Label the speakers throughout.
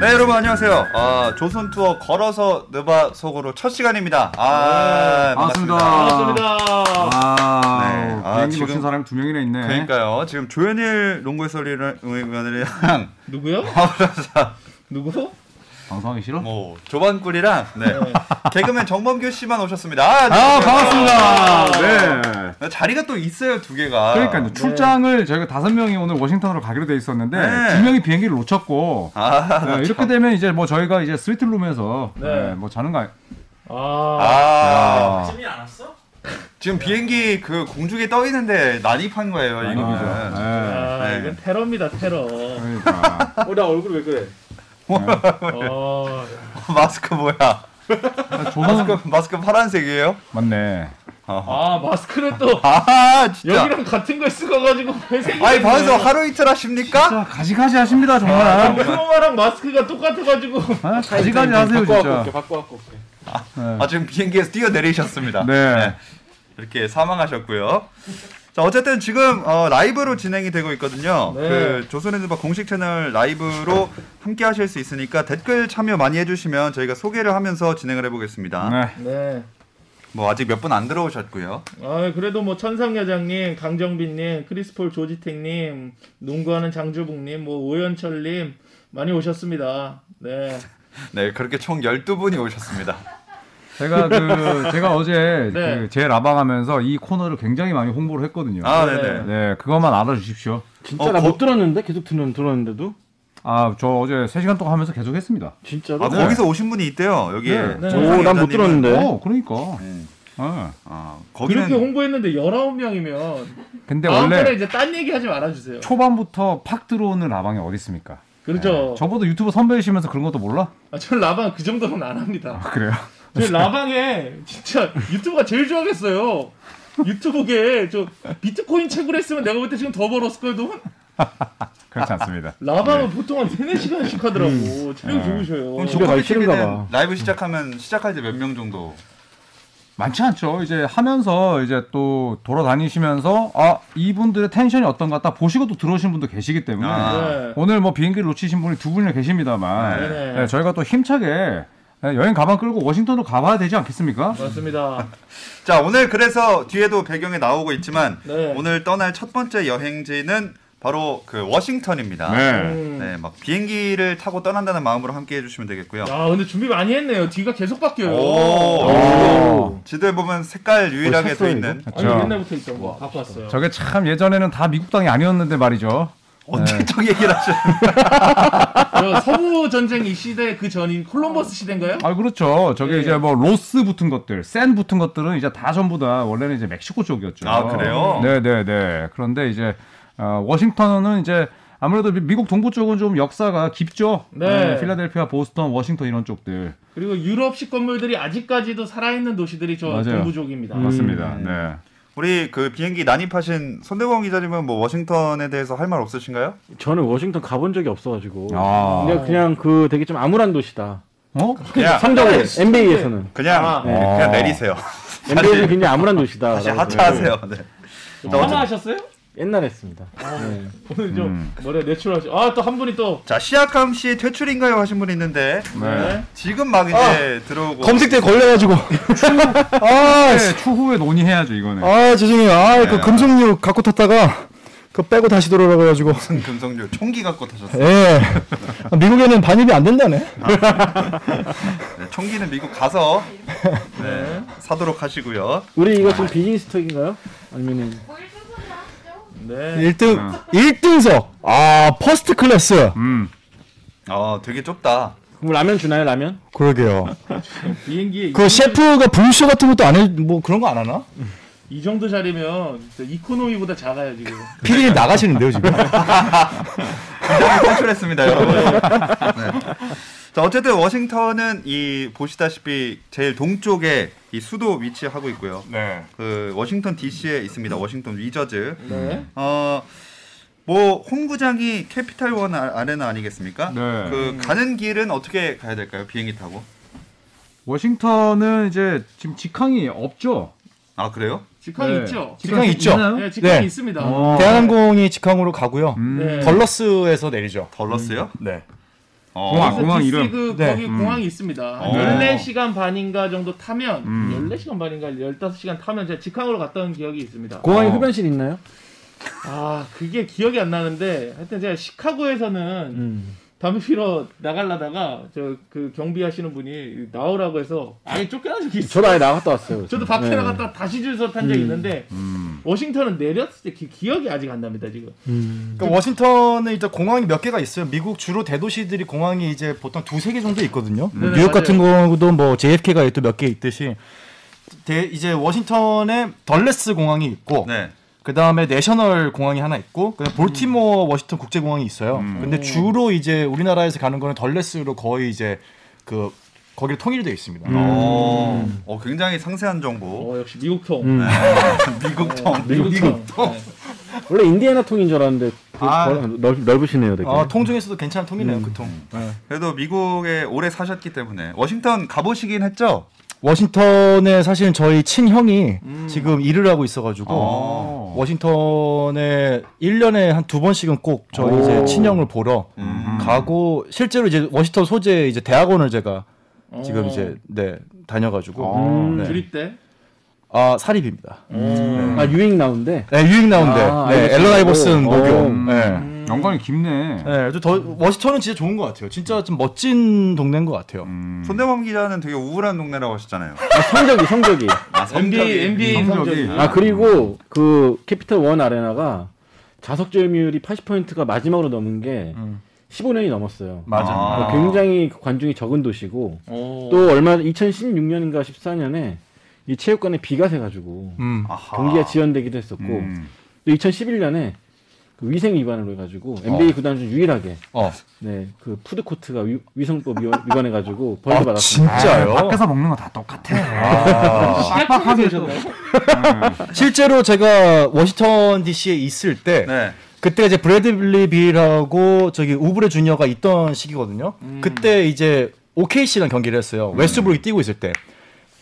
Speaker 1: 네 여러분 안녕하세요. 아, 조선 투어 걸어서 느바 속으로 첫 시간입니다. 아
Speaker 2: 네,
Speaker 1: 반갑습니다.
Speaker 2: 반갑습니다.
Speaker 3: 반갑습니다.
Speaker 2: 아,
Speaker 1: 네. 아,
Speaker 2: 비행기
Speaker 1: 지금-
Speaker 2: 멋진 사람이 두 명이나 있네.
Speaker 1: 그러니까요. 지금 조현일 농구 해설위원이랑
Speaker 3: 누구요? 누구?
Speaker 2: 방송하기 싫어?
Speaker 1: 뭐 조반꿀이랑 네. 개그맨 정범규 씨만 오셨습니다. 아,
Speaker 2: 아,
Speaker 1: 안녕하세요.
Speaker 2: 반갑습니다. 네.
Speaker 1: 자리가 또 있어요 두 개가.
Speaker 2: 그러니까 요 출장을 저희가 다섯 명이 오늘 워싱턴으로 가기로 돼 있었는데
Speaker 1: 네.
Speaker 2: 두 명이 비행기를 놓쳤고
Speaker 1: 아,
Speaker 2: 네, 이렇게 되면 이제 뭐 저희가 이제 스위트룸에서
Speaker 3: 네.
Speaker 2: 네, 뭐 자는 거 아니-
Speaker 3: 아,
Speaker 1: 아,
Speaker 4: 짐이 안 왔어?
Speaker 1: 지금 비행기 그 공중에 떠 있는데 난입한 거예요
Speaker 2: 아니죠.
Speaker 1: 이거는.
Speaker 2: 네.
Speaker 3: 아,
Speaker 1: 네.
Speaker 3: 이건 테러입니다 테러.
Speaker 2: 그러니까
Speaker 4: 어, 나 얼굴 왜 그래?
Speaker 3: 어,
Speaker 1: 마스크 뭐야?
Speaker 2: 아, 조선
Speaker 1: 마스크 마스크 파란색이에요?
Speaker 2: 맞네.
Speaker 3: 아 마스크를 또
Speaker 1: 아 진짜.
Speaker 3: 여기랑 같은 걸 쓰고가지고 회색.
Speaker 1: 아니 방에서 하루 이틀 하십니까?
Speaker 2: 진짜 가지가지 하십니다 정말.
Speaker 3: 크로마랑 마스크가 아, 네. 똑같아가지고. 네.
Speaker 2: 아, 가지가지 하세요
Speaker 4: 바꿔 갖고 올게.
Speaker 2: 진짜.
Speaker 4: 바꿔 갖고 올게.
Speaker 1: 아 지금 비행기에서 뛰어 내리셨습니다.
Speaker 2: 네.
Speaker 1: 이렇게 사망하셨고요. 자 어쨌든 지금 어, 라이브로 진행이 되고 있거든요.
Speaker 3: 네.
Speaker 1: 그 조선의 누바 공식 채널 라이브로 함께 하실 수 있으니까 댓글 참여 많이 해주시면 저희가 소개를 하면서 진행을 해보겠습니다.
Speaker 2: 네.
Speaker 3: 네.
Speaker 1: 뭐 아직 몇 분 안 들어오셨고요.
Speaker 3: 아 그래도 뭐 천상 여장님, 강정빈님, 크리스폴 조지택님, 농구하는 장주복님, 뭐 오연철님 많이 오셨습니다. 네.
Speaker 1: 네 그렇게 총 12분이 오셨습니다.
Speaker 2: 제가 그 제가 어제
Speaker 3: 네.
Speaker 2: 그제 라방 하면서 이 코너를 굉장히 많이 홍보를 했거든요.
Speaker 1: 아 네네.
Speaker 2: 네, 그것만 알아주십시오.
Speaker 4: 진짜
Speaker 1: 어,
Speaker 4: 나
Speaker 1: 거-
Speaker 4: 못 들었는데 계속 들었, 들었는데도
Speaker 2: 아, 저 어제 3시간 동안 하면서 계속 했습니다.
Speaker 4: 진짜로?
Speaker 1: 아 거기서 오신 분이 있대요. 여기.
Speaker 2: 네.
Speaker 3: 네.
Speaker 4: 오, 난 못
Speaker 1: 정상일자님은.
Speaker 4: 들었는데.
Speaker 2: 어, 그러니까.
Speaker 1: 네.
Speaker 2: 어.
Speaker 1: 아
Speaker 3: 그렇게
Speaker 1: 거기는
Speaker 3: 홍보했는데 19명이면
Speaker 2: 근데
Speaker 3: 다음번에
Speaker 2: 원래
Speaker 3: 이제 딴 얘기 하지 말아주세요.
Speaker 2: 초반부터 팍 들어오는 라방이 어디 있습니까?
Speaker 3: 그렇죠.
Speaker 2: 저보다 유튜브 선배이시면서 그런 것도 몰라?
Speaker 3: 아, 전 라방 그 정도는 안 합니다.
Speaker 2: 아, 그래요?
Speaker 3: 저 라방에 진짜 유튜브가 제일 좋아하겠어요. 유튜브계 저 비트코인 채굴 했으면 내가 볼 때 지금 더 벌었을 거예요. 너
Speaker 2: 그렇지 않습니다.
Speaker 3: 라방은 보통 한 4, 4시간씩 하더라고. 체력
Speaker 2: 네.
Speaker 3: 좋으셔요.
Speaker 1: 그럼
Speaker 4: 집에 가기 싫은가
Speaker 1: 조커피TV는
Speaker 4: 봐.
Speaker 1: 라이브 시작하면 시작할 때 몇 명 정도?
Speaker 2: 많지 않죠. 이제 하면서 이제 또 돌아다니시면서 아, 이분들의 텐션이 어떤가 딱 보시고 또 들어오신 분도 계시기 때문에
Speaker 1: 아.
Speaker 3: 네.
Speaker 2: 오늘 뭐 비행기를 놓치신 분이 두 분이나 계십니다만
Speaker 3: 네네.
Speaker 2: 네, 저희가 또 힘차게 네, 여행 가방 끌고 워싱턴으로 가봐야 되지 않겠습니까?
Speaker 3: 맞습니다.
Speaker 1: 자 오늘 그래서 뒤에도 배경에 나오고 있지만
Speaker 3: 네.
Speaker 1: 오늘 떠날 첫 번째 여행지는 바로 그 워싱턴입니다.
Speaker 3: 음.
Speaker 1: 네, 막 비행기를 타고 떠난다는 마음으로 함께 해주시면 되겠고요.
Speaker 3: 야, 근데 준비 많이 했네요. 뒤가 계속 바뀌어요.
Speaker 1: 오, 지도에 보면
Speaker 4: 어,
Speaker 1: 색깔 유일하게 돼 있는
Speaker 4: 네.
Speaker 3: 아니
Speaker 2: 그렇죠.
Speaker 3: 옛날부터 있던 거 갖고 왔어요. 뭐,
Speaker 2: 저게 참 예전에는 다 미국 땅이 아니었는데 말이죠.
Speaker 1: 언제 적 얘기를 하시는
Speaker 3: 저 서부 전쟁 이 시대 그 전인 콜럼버스 시대인가요?
Speaker 2: 아 그렇죠. 저게
Speaker 3: 예.
Speaker 2: 이제 뭐 로스 붙은 것들, 센 붙은 것들은 이제 다 전부 다 원래는 이제 멕시코 쪽이었죠.
Speaker 1: 아, 그래요?
Speaker 2: 네네네. 그런데 이제 어, 워싱턴은 이제 아무래도 미- 미국 동부 쪽은 좀 역사가 깊죠.
Speaker 3: 네.
Speaker 2: 필라델피아, 보스턴, 워싱턴 이런 쪽들
Speaker 3: 그리고 유럽식 건물들이 아직까지도 살아있는 도시들이 저
Speaker 2: 맞아요.
Speaker 3: 동부족입니다. 음.
Speaker 2: 맞습니다. 네.
Speaker 1: 우리 그 비행기 난입하신 손대범 기자님은 뭐 워싱턴에 대해서 할 말 없으신가요?
Speaker 4: 저는 워싱턴 가본 적이 없어 가지고.
Speaker 2: 아.
Speaker 4: 근데 그냥 그 되게 좀 암울한 도시다.
Speaker 2: 어?
Speaker 1: 그냥
Speaker 4: 상적으로 NBA에서는
Speaker 1: 그냥
Speaker 3: 아.
Speaker 1: 네, 그냥 내리세요.
Speaker 4: NBA에서는 굉장히 암울한 도시다.
Speaker 1: 다시
Speaker 4: 라고
Speaker 1: 하차하세요. 네.
Speaker 3: 좀 하나 하셨어요?
Speaker 4: 옛날에 했습니다.
Speaker 3: 오늘 좀
Speaker 2: 음.
Speaker 3: 머리가 내추럴하시. 아, 또 한 분이 또.
Speaker 1: 자 시아캄 씨 퇴출인가요 하신 분이 있는데
Speaker 3: 네.
Speaker 1: 지금 막 이제 들어오고
Speaker 5: 검색대 걸려가지고. 아,
Speaker 2: 뭐. 네, 추후에 논의해야죠 이거는.
Speaker 5: 아 죄송해요. 아, 그 금속류 갖고 탔다가 그 빼고 다시 돌아오라고 해가지고.
Speaker 1: 금성류 총기 갖고 타셨어요.
Speaker 5: 예. 아, 미국에는 반입이 안 된다네.
Speaker 2: 아.
Speaker 1: 네, 총기는 미국 가서 네, 사도록 하시고요.
Speaker 4: 우리 이거 지금 비즈니스 턱인가요? 아니면은
Speaker 3: 네.
Speaker 5: 1등, 1등석. 아, 퍼스트 클래스.
Speaker 2: 아. 음.
Speaker 1: 아 되게 좁다.
Speaker 4: 그럼 뭐 라면 주나요, 라면?
Speaker 5: 그러게요.
Speaker 3: 비행기에
Speaker 5: 그 셰프가 분쇼 같은 것도 안 해, 뭐 그런 거 안 하나?
Speaker 3: 이, 이 정도 자리면 진짜 이코노미보다 작아요 지금.
Speaker 2: 음. 네.
Speaker 5: 피디님 나가시는데요, 지금.
Speaker 1: 굉장히 탈출했습니다, 여러분. 네. 자 어쨌든 워싱턴은 이 보시다시피 제일 동쪽에 이 수도 위치하고 있고요.
Speaker 2: 네.
Speaker 1: 그 워싱턴 D.C.에 있습니다. 워싱턴 위저즈.
Speaker 3: 네.
Speaker 1: 어. 뭐 홈구장이 캐피탈 원 아- 아레나 아니겠습니까?
Speaker 2: 네.
Speaker 1: 그 가는 길은 어떻게 가야 될까요? 비행기 타고?
Speaker 2: 워싱턴은 이제 지금 직항이 없죠.
Speaker 1: 아 그래요?
Speaker 3: 직항이
Speaker 2: 네.
Speaker 3: 있죠.
Speaker 5: 직항이 있죠.
Speaker 2: 있나요?
Speaker 3: 네, 직항이
Speaker 5: 네.
Speaker 3: 있습니다.
Speaker 2: 어.
Speaker 5: 대한항공이 직항으로 가고요.
Speaker 2: 음.
Speaker 3: 네.
Speaker 5: 덜러스에서 내리죠.
Speaker 1: 덜러스요?
Speaker 5: 네.
Speaker 1: 어.
Speaker 2: 공항, 공항 이름. 음.
Speaker 3: 디스그
Speaker 5: 네.
Speaker 3: 거기 공항이 있습니다.
Speaker 1: 어.
Speaker 3: 14시간 반인가 정도 타면
Speaker 2: 음.
Speaker 3: 14시간 반인가 15시간 타면 제가 직항으로 갔다 온 기억이 있습니다.
Speaker 4: 공항에
Speaker 2: 어.
Speaker 4: 흡연실 있나요?
Speaker 3: 아 그게 기억이 안 나는데 하여튼 제가 시카고에서는
Speaker 4: 음.
Speaker 3: 담배 피러 나가려다가 저 그 경비하시는 분이 나오라고 해서 아예 쫓겨난 적이 있어요.
Speaker 4: 저도 아예 나갔다 왔어요. 그래서.
Speaker 3: 저도 밖에
Speaker 4: 네.
Speaker 3: 나갔다 다시 줄서 탄 적이 있는데
Speaker 1: 음.
Speaker 3: 워싱턴은 내렸을 때 기, 기억이 아직 안 납니다 지금.
Speaker 4: 음.
Speaker 3: 네.
Speaker 5: 그러니까 워싱턴은 일단 공항이 몇 개가 있어요. 미국 주로 대도시들이 공항이 이제 보통 두세 개 정도 있거든요.
Speaker 3: 네네,
Speaker 5: 뉴욕
Speaker 3: 맞아요.
Speaker 5: 같은 경우도 뭐 JFK가 또 몇 개 있듯이 대, 이제 워싱턴에 덜레스 공항이 있고
Speaker 1: 네.
Speaker 5: 그 다음에 내셔널 공항이 하나 있고 그다음 볼티모어 워싱턴 국제 공항이 있어요.
Speaker 1: 음.
Speaker 5: 근데 주로 이제 우리나라에서 가는 거는 덜레스로 거의 이제 그 거기로 통일되어 있습니다.
Speaker 3: 음.
Speaker 1: 어, 어, 굉장히 상세한 정보.
Speaker 3: 어 역시 미국통.
Speaker 4: 음.
Speaker 1: 미국 통.
Speaker 3: 미국통. 네.
Speaker 4: 원래 인디애나 통인 줄 알았는데 그
Speaker 5: 아.
Speaker 4: 거- 넓, 넓으시네요, 되게.
Speaker 5: 아, 통 중에서도 괜찮은 통이네요,
Speaker 3: 음.
Speaker 5: 그 통.
Speaker 1: 그래도 미국에 오래 사셨기 때문에 워싱턴 가보시긴 했죠.
Speaker 5: 워싱턴에 사실은 저희 친형이
Speaker 4: 음.
Speaker 5: 지금 일을 하고 있어가지고
Speaker 1: 아.
Speaker 5: 워싱턴에 1년에 한 두 번씩은 꼭 저희 이제 친형을 보러
Speaker 1: 음.
Speaker 5: 가고 실제로 이제 워싱턴 소재 이제 대학원을 제가
Speaker 3: 어,
Speaker 5: 지금 이제 네 다녀가지고
Speaker 4: 음.
Speaker 5: 네.
Speaker 3: 주립대.
Speaker 5: 아 사립입니다.
Speaker 4: 아, 유익 나온데.
Speaker 5: 네, 유익 나온데
Speaker 4: 아,
Speaker 5: 네,
Speaker 4: 알겠습니다.
Speaker 5: 앨런 아이버슨
Speaker 4: 오.
Speaker 5: 목요.
Speaker 4: 음.
Speaker 5: 네.
Speaker 2: 연관이 어, 깊네.
Speaker 5: 네, 좀더 워싱턴은 진짜 좋은 것 같아요. 진짜 좀 멋진 동네인 것 같아요.
Speaker 2: 음.
Speaker 1: 손대범 기자는 되게 우울한 동네라고 하셨잖아요.
Speaker 4: 아, 성적이, 성적이.
Speaker 1: 아,
Speaker 3: NBA NBA
Speaker 2: 성적이.
Speaker 3: 성적이.
Speaker 4: 아, 그리고 그 캐피털 원 아레나가 좌석 점유율이 80%가 마지막으로 넘은 게 15년이 넘었어요.
Speaker 5: 맞아.
Speaker 1: 아.
Speaker 4: 그러니까 굉장히 관중이 적은 도시고
Speaker 3: 어.
Speaker 4: 또 얼마 2016년인가 14년에 이 체육관에 비가 새가지고
Speaker 5: 음.
Speaker 1: 아하.
Speaker 4: 경기가 지연되기도 했었고
Speaker 1: 음.
Speaker 4: 또 2011년에 그 위생 위반으로 해가지고 NBA 구단 중 유일하게
Speaker 5: 어.
Speaker 4: 네 그 푸드 코트가 위, 위생법 위반- 위반해가지고 벌을
Speaker 5: 아,
Speaker 4: 받았습니다.
Speaker 5: 진짜요?
Speaker 2: 밖에서 먹는 거 다 똑같아.
Speaker 3: 빡빡하게 되셨나요?
Speaker 5: 실제로 제가 워싱턴 D.C.에 있을 때
Speaker 1: 네.
Speaker 5: 그때 이제 브래드리 빌하고 저기 우브레 주니어가 있던 시기거든요. 그때 이제 OKC랑 경기를 했어요. 웨스트브룩이 뛰고 있을 때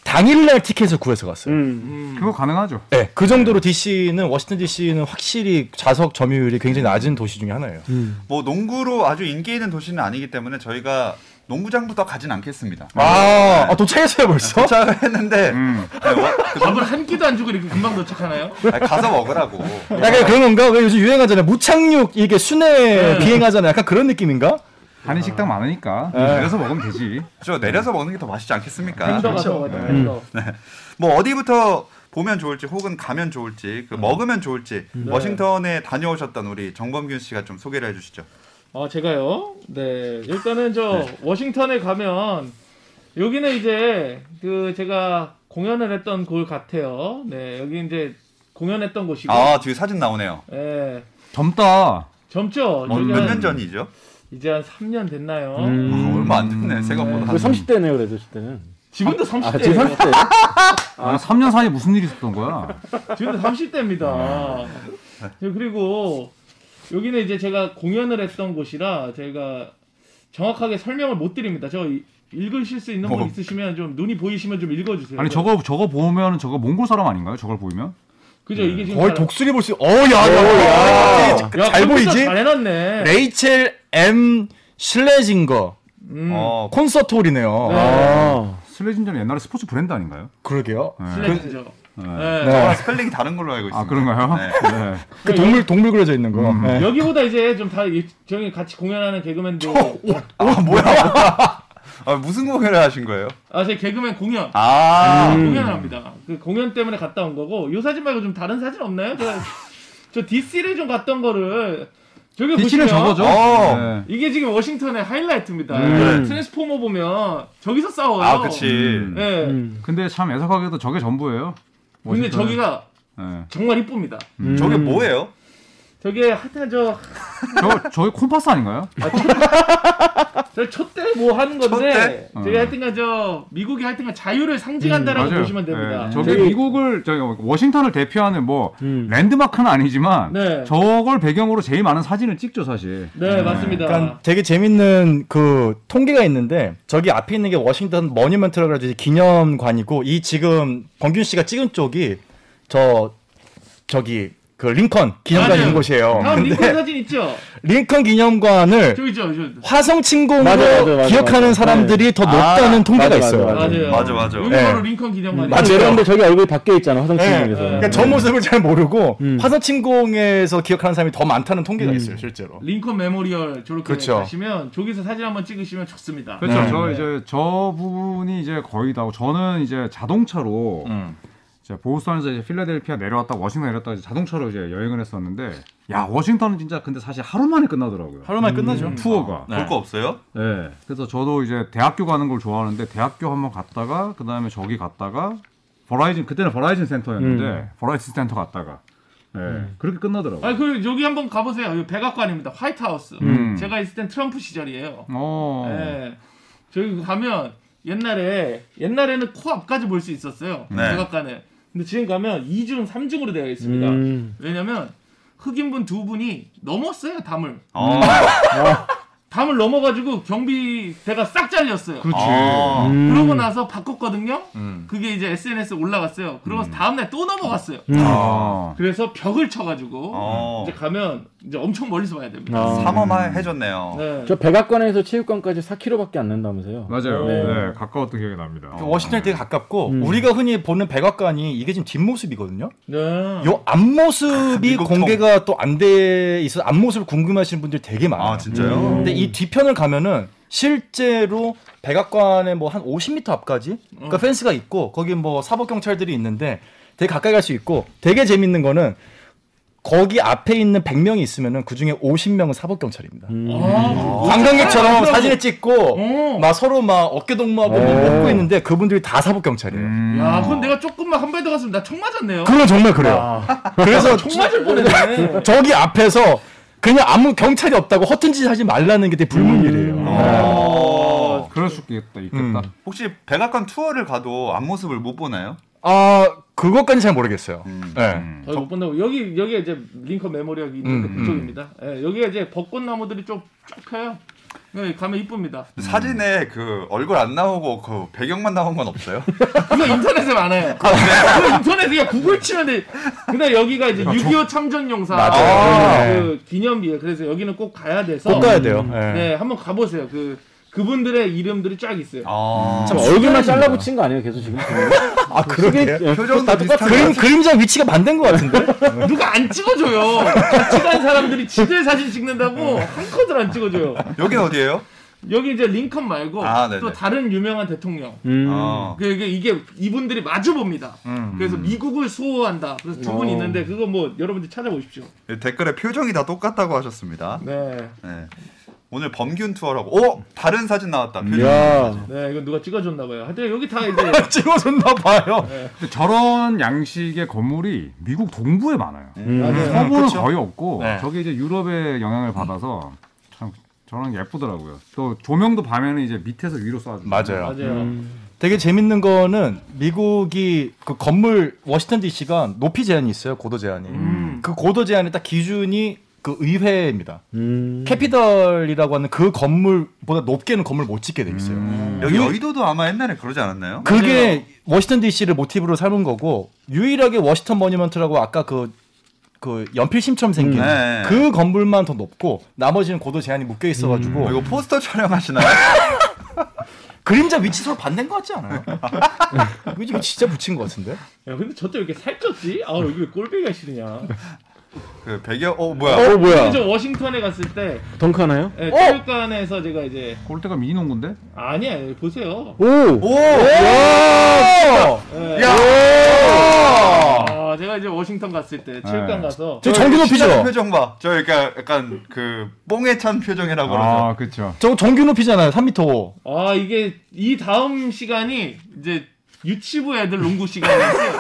Speaker 5: 당일날 티켓을 구해서 갔어요.
Speaker 4: 음.
Speaker 2: 그거 가능하죠.
Speaker 5: 네, 그 정도로 D.C.는 워싱턴 D.C.는 확실히 좌석 점유율이 굉장히 낮은 도시 중에 하나예요.
Speaker 1: 뭐 농구로 아주 인기 있는 도시는 아니기 때문에 저희가 농구장부터 가진 않겠습니다.
Speaker 5: 아, 아, 도착했어요 벌써?
Speaker 1: 도착을 했는데 네, 워- 그
Speaker 3: 밥을 한 끼도 안 주고 이렇게 금방 도착하나요?
Speaker 1: 아니, 가서 먹으라고. 그렇죠.
Speaker 5: 약간 그런 건가? 왜 요즘 유행하잖아요. 무착륙 이게 순회 비행하잖아요. 약간 그런 느낌인가?
Speaker 2: 한인 식당 많으니까 네, 그래서 먹으면 되지.
Speaker 1: 저 내려서 먹는 게 더 맛있지
Speaker 4: 아,
Speaker 1: 않겠습니까?
Speaker 4: 그렇죠.
Speaker 3: 햄더 가서 먹어야 돼. 햄더.
Speaker 1: 뭐 어디부터 보면 좋을지 혹은 가면 좋을지 그 먹으면 좋을지 워싱턴에 다녀오셨던 우리 정범균 씨가 좀 소개를 해주시죠.
Speaker 3: 아 제가요. 네 일단은 저 워싱턴에 가면 여기는 이제 그 제가 공연을 했던 곳 같아요. 네 여기 이제 공연했던 곳이고.
Speaker 1: 아 뒤에 사진 나오네요.
Speaker 3: 예.
Speaker 2: 젊다.
Speaker 3: 젊죠.
Speaker 2: 어,
Speaker 3: 저기
Speaker 1: 몇
Speaker 3: 한,
Speaker 1: 년 전이죠?
Speaker 3: 이제 한 3년 됐나요?
Speaker 1: 아,
Speaker 4: 음.
Speaker 1: 얼마 안 됐네
Speaker 3: 네.
Speaker 1: 생각보다.
Speaker 4: 그 30대네요, 그래도 그때는.
Speaker 3: 지금도
Speaker 4: 아, 지금
Speaker 3: 30대.
Speaker 4: 30대.
Speaker 2: 아, 3년 사이에 무슨 일이 있었던 거야?
Speaker 3: 지금도 30대입니다. 네, 그리고 여기는 이제 제가 공연을 했던 곳이라 제가 정확하게 설명을 못 드립니다. 저 이- 읽으실 수 있는
Speaker 1: 어.
Speaker 3: 분 있으시면 좀 눈이 보이시면 좀 읽어주세요.
Speaker 2: 아니 저거 저거 보면 저거 몽골 사람 아닌가요? 저걸 보이면?
Speaker 3: 그죠? 이게 지금
Speaker 5: 거의
Speaker 3: 잘-
Speaker 5: 어, 독수리 볼 수. 어야, 야,
Speaker 3: 야,
Speaker 5: 잘
Speaker 3: 컴퓨터
Speaker 5: 보이지?
Speaker 3: 잘 해놨네.
Speaker 5: 레이첼 M 슐레징거
Speaker 3: 음.
Speaker 1: 어,
Speaker 5: 콘서트 홀이네요.
Speaker 3: 네.
Speaker 4: 아,
Speaker 2: 슬레진저는 옛날에 스포츠 브랜드 아닌가요?
Speaker 5: 그러게요.
Speaker 3: 슬래시죠. 네.
Speaker 1: 정말 스펠링이 다른 걸로 알고 있습니다.
Speaker 2: 아 그런가요?
Speaker 1: 네.
Speaker 2: 네.
Speaker 5: 그 동물 동물 그려져 있는 거.
Speaker 2: 음.
Speaker 5: 네.
Speaker 3: 여기보다 이제 좀 다 저희 같이 공연하는 개그맨들
Speaker 1: 아 뭐야? 아, 무슨 공연을 하신 거예요?
Speaker 3: 아, 제 개그맨 공연.
Speaker 1: 아
Speaker 3: 공연을 합니다. 그 공연 때문에 갔다 온 거고 요 사진 말고 좀 다른 사진 없나요? 저, 저 DC를 좀 갔던 거를 저기
Speaker 2: DC는
Speaker 3: 보시면
Speaker 2: 저거죠.
Speaker 1: 어.
Speaker 2: 네.
Speaker 3: 이게 지금 워싱턴의 하이라이트입니다. 네,
Speaker 4: 음.
Speaker 3: 트랜스포머 보면 저기서 싸워요.
Speaker 1: 아 그치.
Speaker 2: 음.
Speaker 3: 예.
Speaker 4: 음.
Speaker 2: 근데 참 애석하게도 저게 전부예요.
Speaker 3: 근데
Speaker 2: 워싱턴은.
Speaker 3: 저기가
Speaker 2: 네.
Speaker 3: 정말 이쁩니다.
Speaker 1: 저게
Speaker 4: 음.
Speaker 1: 뭐예요?
Speaker 3: 저게 하여튼 저,
Speaker 2: 저 저게 콤파스 아닌가요?
Speaker 3: 저 촛대 뭐 하는 건데
Speaker 2: 촛대?
Speaker 3: 저게
Speaker 2: 어.
Speaker 3: 하여튼간 저 미국이 하여튼간 자유를 상징한다라고 보시면 됩니다.
Speaker 2: 네. 저게
Speaker 4: 저기-
Speaker 2: 미국을 저기 워싱턴을 대표하는 뭐
Speaker 4: 음.
Speaker 2: 랜드마크는 아니지만
Speaker 3: 네.
Speaker 2: 저걸 배경으로 제일 많은 사진을 찍죠 사실.
Speaker 3: 네, 맞습니다.
Speaker 4: 아.
Speaker 5: 약간 되게 재밌는 그 통계가 있는데 저기 앞에 있는 게 워싱턴 머니먼트라고 해서 이제 기념관이고 이 지금 범균 씨가 찍은 쪽이 저 저기 그 링컨 기념관
Speaker 3: 맞아요.
Speaker 5: 있는 곳이에요.
Speaker 3: 다음
Speaker 5: 근데
Speaker 3: 링컨 사진 있죠?
Speaker 5: 링컨 기념관을
Speaker 3: 저기 있죠, 저기.
Speaker 5: 화성 침공으로
Speaker 4: 맞아, 맞아, 맞아,
Speaker 5: 기억하는
Speaker 4: 맞아.
Speaker 5: 사람들이
Speaker 4: 네.
Speaker 5: 더 높다는
Speaker 4: 아,
Speaker 5: 통계가
Speaker 4: 맞아, 맞아,
Speaker 5: 있어요.
Speaker 4: 맞아.
Speaker 3: 맞아요.
Speaker 1: 맞아, 맞아.
Speaker 3: 여기
Speaker 5: 네.
Speaker 3: 바로 링컨 기념관이.
Speaker 5: 맞아요.
Speaker 4: 내려는데 저기 얼굴이 밖에 있잖아 화성
Speaker 5: 네.
Speaker 4: 침공에서.
Speaker 5: 그러니까 저 모습을 잘 모르고
Speaker 4: 음.
Speaker 5: 화성 침공에서 기억하는 사람이 더 많다는 통계가 있어요, 실제로.
Speaker 3: 링컨 메모리얼 저렇게
Speaker 5: 그렇죠.
Speaker 3: 가시면 저기서 사진 한번 찍으시면 좋습니다.
Speaker 2: 그렇죠.
Speaker 5: 네.
Speaker 2: 저 이제 저 부분이 이제 거의 다고 저는 이제 자동차로
Speaker 1: 음.
Speaker 2: 이제 보스턴에서 이제 필라델피아 내려왔다 워싱턴 내렸다 이제 자동차로 이제 여행을 했었는데 야 워싱턴은 진짜 근데 사실 하루 만에 끝나더라고요.
Speaker 5: 하루만 네. 끝나죠.
Speaker 2: 투어가.
Speaker 1: 볼 거 없어요?
Speaker 2: 예. 그래서 저도 이제 대학교 가는 걸 좋아하는데 대학교 한번 갔다가 그 다음에 저기 갔다가 버라이즌 그때는 버라이즌 센터였는데
Speaker 5: 음.
Speaker 2: 버라이즌 센터 갔다가 예 그렇게 끝나더라고요.
Speaker 3: 아, 그 여기 한번 가보세요. 여기 백악관입니다. 화이트하우스.
Speaker 2: 음.
Speaker 3: 제가 있을 땐 트럼프 시절이에요.
Speaker 2: 어.
Speaker 5: 네.
Speaker 3: 예. 저기 가면 옛날에 옛날에는 코앞까지 볼 수 있었어요.
Speaker 1: 네.
Speaker 3: 백악관에. 근데 지금 가면 2중, 3중으로 되어 있습니다.
Speaker 4: 음.
Speaker 3: 왜냐면 흑인분 두 분이 넘었어요 담을.
Speaker 1: 어.
Speaker 3: 담을 넘어가지고 경비대가 싹 잘렸어요. 그...
Speaker 2: 그렇지.
Speaker 5: 아.
Speaker 1: 어.
Speaker 3: 러고
Speaker 4: 음.
Speaker 3: 나서 바꿨거든요.
Speaker 1: 음.
Speaker 3: 그게 이제 SNS에 올라갔어요. 그러면서 다음날 또 넘어갔어요.
Speaker 2: 아.
Speaker 3: 그래서 벽을 쳐가지고
Speaker 1: 어.
Speaker 3: 이제 가면 이제 엄청 멀리서 봐야 됩니다.
Speaker 4: 아.
Speaker 1: 삼엄하 해줬네요.
Speaker 3: 네.
Speaker 4: 저 백악관에서 체육관까지 4km밖에 안 난다면서요?
Speaker 2: 맞아요.
Speaker 4: 네.
Speaker 2: 네. 가까웠던 기억이 납니다.
Speaker 1: 어.
Speaker 5: 그 워싱턴 되게 가깝고
Speaker 4: 음.
Speaker 5: 우리가 흔히 보는 백악관이 이게 지금 뒷모습이거든요.
Speaker 3: 네.
Speaker 5: 요 앞모습이
Speaker 1: 아. 미국통.
Speaker 5: 공개가 또 안 돼 있어 앞모습을 궁금해하시는 분들 되게 많아요.
Speaker 1: 아 진짜요?
Speaker 4: 음.
Speaker 5: 근데 이 뒤편을 가면은 실제로 백악관의 뭐 한 50m 앞까지
Speaker 1: 음.
Speaker 5: 그러니까
Speaker 3: 어.
Speaker 5: 펜스가 있고 거기 뭐 사법 경찰들이 있는데 되게 가까이 갈 수 있고 되게 재밌는 거는 거기 앞에 있는 100명이 있으면은 그 중에 50명은 사법 경찰입니다.
Speaker 4: 음.
Speaker 3: 아,
Speaker 5: 관광객처럼 사진을 찍고
Speaker 3: 어.
Speaker 5: 막 서로 막 어깨 동무하고 뭐
Speaker 4: 어.
Speaker 5: 먹고 있는데 그분들이 다 사법 경찰이에요.
Speaker 3: 야, 아, 그건 내가 조금만 한 발 더 갔으면 나 총 맞았네요.
Speaker 5: 그건 정말 그래요.
Speaker 4: 아,
Speaker 5: 그래서
Speaker 3: 총 맞을 뻔했네.
Speaker 5: 저기 앞에서 그냥 아무 경찰이 없다고 허튼 짓 하지 말라는 게 되게 불문율이에요.
Speaker 1: 음. 어.
Speaker 2: 그럴 수 있겠다. 있겠다.
Speaker 5: 음.
Speaker 1: 혹시 백악관 투어를 가도 앞모습을 못 보나요?
Speaker 5: 아 그것까지 잘 모르겠어요.
Speaker 1: 음.
Speaker 5: 네.
Speaker 3: 거의 못 본다고 여기 여기 이제 링컨 메모리얼이 있는데
Speaker 5: 음,
Speaker 3: 그쪽입니다. 예, 여기가 이제 벚꽃 나무들이 쭉쭉 펴요. 여기 가면 이쁩니다.
Speaker 1: 사진에 그 얼굴 안 나오고 그 배경만 나온 건 없어요?
Speaker 5: 아,
Speaker 3: 그거 인터넷에 많아요.
Speaker 5: 네.
Speaker 3: 그거 인터넷에 그냥 구글 치면 돼. 근데 여기가 이제 6.25 참전 용사
Speaker 5: 아, 맞아요.
Speaker 3: 그 기념비에 그래서 여기는 꼭 가야 돼서
Speaker 5: 꼭 가야 돼요.
Speaker 3: 네,
Speaker 5: 네.
Speaker 3: 한번 가보세요. 그 그분들의 이름들이 쫙 있어요.
Speaker 1: 아.
Speaker 4: 참뭐 얼굴만 음. 잘라붙인 거 아니에요? 계속 지금.
Speaker 5: 아 그러게.
Speaker 1: 표정도
Speaker 5: 다 똑같-
Speaker 1: 비슷한
Speaker 5: 그림 그림자 위치가 반대인 것 같은데.
Speaker 3: 누가 안 찍어줘요. 같이 간 사람들이 지들 사진
Speaker 5: 음.
Speaker 3: 찍는다고 한컷을 안 찍어줘요.
Speaker 1: 여기 어디예요?
Speaker 3: 여기 이제 링컨 말고
Speaker 1: 아, 네네.
Speaker 3: 또 다른 유명한 대통령.
Speaker 4: 음.
Speaker 1: 어.
Speaker 3: 그 이게, 이게 이분들이 마주 봅니다.
Speaker 1: 음.
Speaker 3: 그래서 미국을 수호한다. 그래서 두 분
Speaker 4: 어.
Speaker 3: 있는데 그거 뭐 여러분들 찾아보십시오.
Speaker 1: 댓글에 표정이 다 똑같다고 하셨습니다.
Speaker 3: 네.
Speaker 1: 네. 오늘 범균 투어라고. 오 다른 사진 나왔다. 표정.
Speaker 4: 야.
Speaker 3: 네, 이건 누가 찍어줬나 봐요. 하여튼 여기 다 이제
Speaker 5: 찍어줬나 봐요.
Speaker 2: 근데 저런 양식의 건물이 미국 동부에 많아요.
Speaker 3: 네.
Speaker 4: 음.
Speaker 2: 서부는
Speaker 1: 그쵸?
Speaker 2: 거의 없고
Speaker 1: 네.
Speaker 2: 저기 이제 유럽의 영향을 받아서 참 저런 게 예쁘더라고요. 또 조명도 밤에는 이제 밑에서 위로 쏴주
Speaker 5: 맞아요.
Speaker 3: 맞아요.
Speaker 5: 되게 재밌는 거는 미국이 그 건물 워싱턴 D.C.가 높이 제한이 있어요. 고도 제한이.
Speaker 1: 음.
Speaker 5: 그 고도 제한이 딱 기준이 그 의회입니다.
Speaker 4: 음.
Speaker 5: 캐피털이라고 하는 그 건물보다 높게는 건물 못 짓게 돼 있어요.
Speaker 1: 여기
Speaker 5: 음.
Speaker 1: 여의도도 아마 옛날에 그러지 않았나요?
Speaker 5: 그게 워싱턴 D.C.를 모티브로 삼은 거고 유일하게 워싱턴 모니먼트라고 아까 그 그 연필 심처럼 생긴
Speaker 1: 음. 네.
Speaker 5: 그 건물만 더 높고 나머지는 고도 제한이 묶여 있어가지고
Speaker 1: 어, 이거 포스터 촬영하시나요?
Speaker 5: 그림자 위치 서로 반대인 것 같지 않아요? 이거 지금 진짜 붙인 것 같은데?
Speaker 3: 야, 근데 저 때 왜 이렇게 살쪘지? 아, 여기 왜 꼴배기가 싫으냐.
Speaker 1: 그 배경 어 뭐야?
Speaker 4: 어 뭐야?
Speaker 3: 근데 저 워싱턴에 갔을 때
Speaker 4: 덩크하나요?
Speaker 3: 예, 체육관에서 제가 이제
Speaker 2: 골대가 미니농구인데?
Speaker 3: 아니야, 여기 보세요.
Speaker 4: 오.
Speaker 1: 오!
Speaker 3: 예.
Speaker 1: 야!
Speaker 3: 아, 제가 이제 워싱턴 갔을 때 체육관
Speaker 2: 네.
Speaker 3: 가서
Speaker 5: 저 정규
Speaker 1: 시작
Speaker 5: 높이죠?
Speaker 1: 표정 봐. 저 그러니까 약간 그 뽕에 찬 표정이라고 그러죠.
Speaker 2: 아, 그렇죠.
Speaker 5: 저 정규 높이잖아요. 3m.
Speaker 3: 아 이게 이 다음 시간이 이제 유치부 애들 농구 시간이었어요.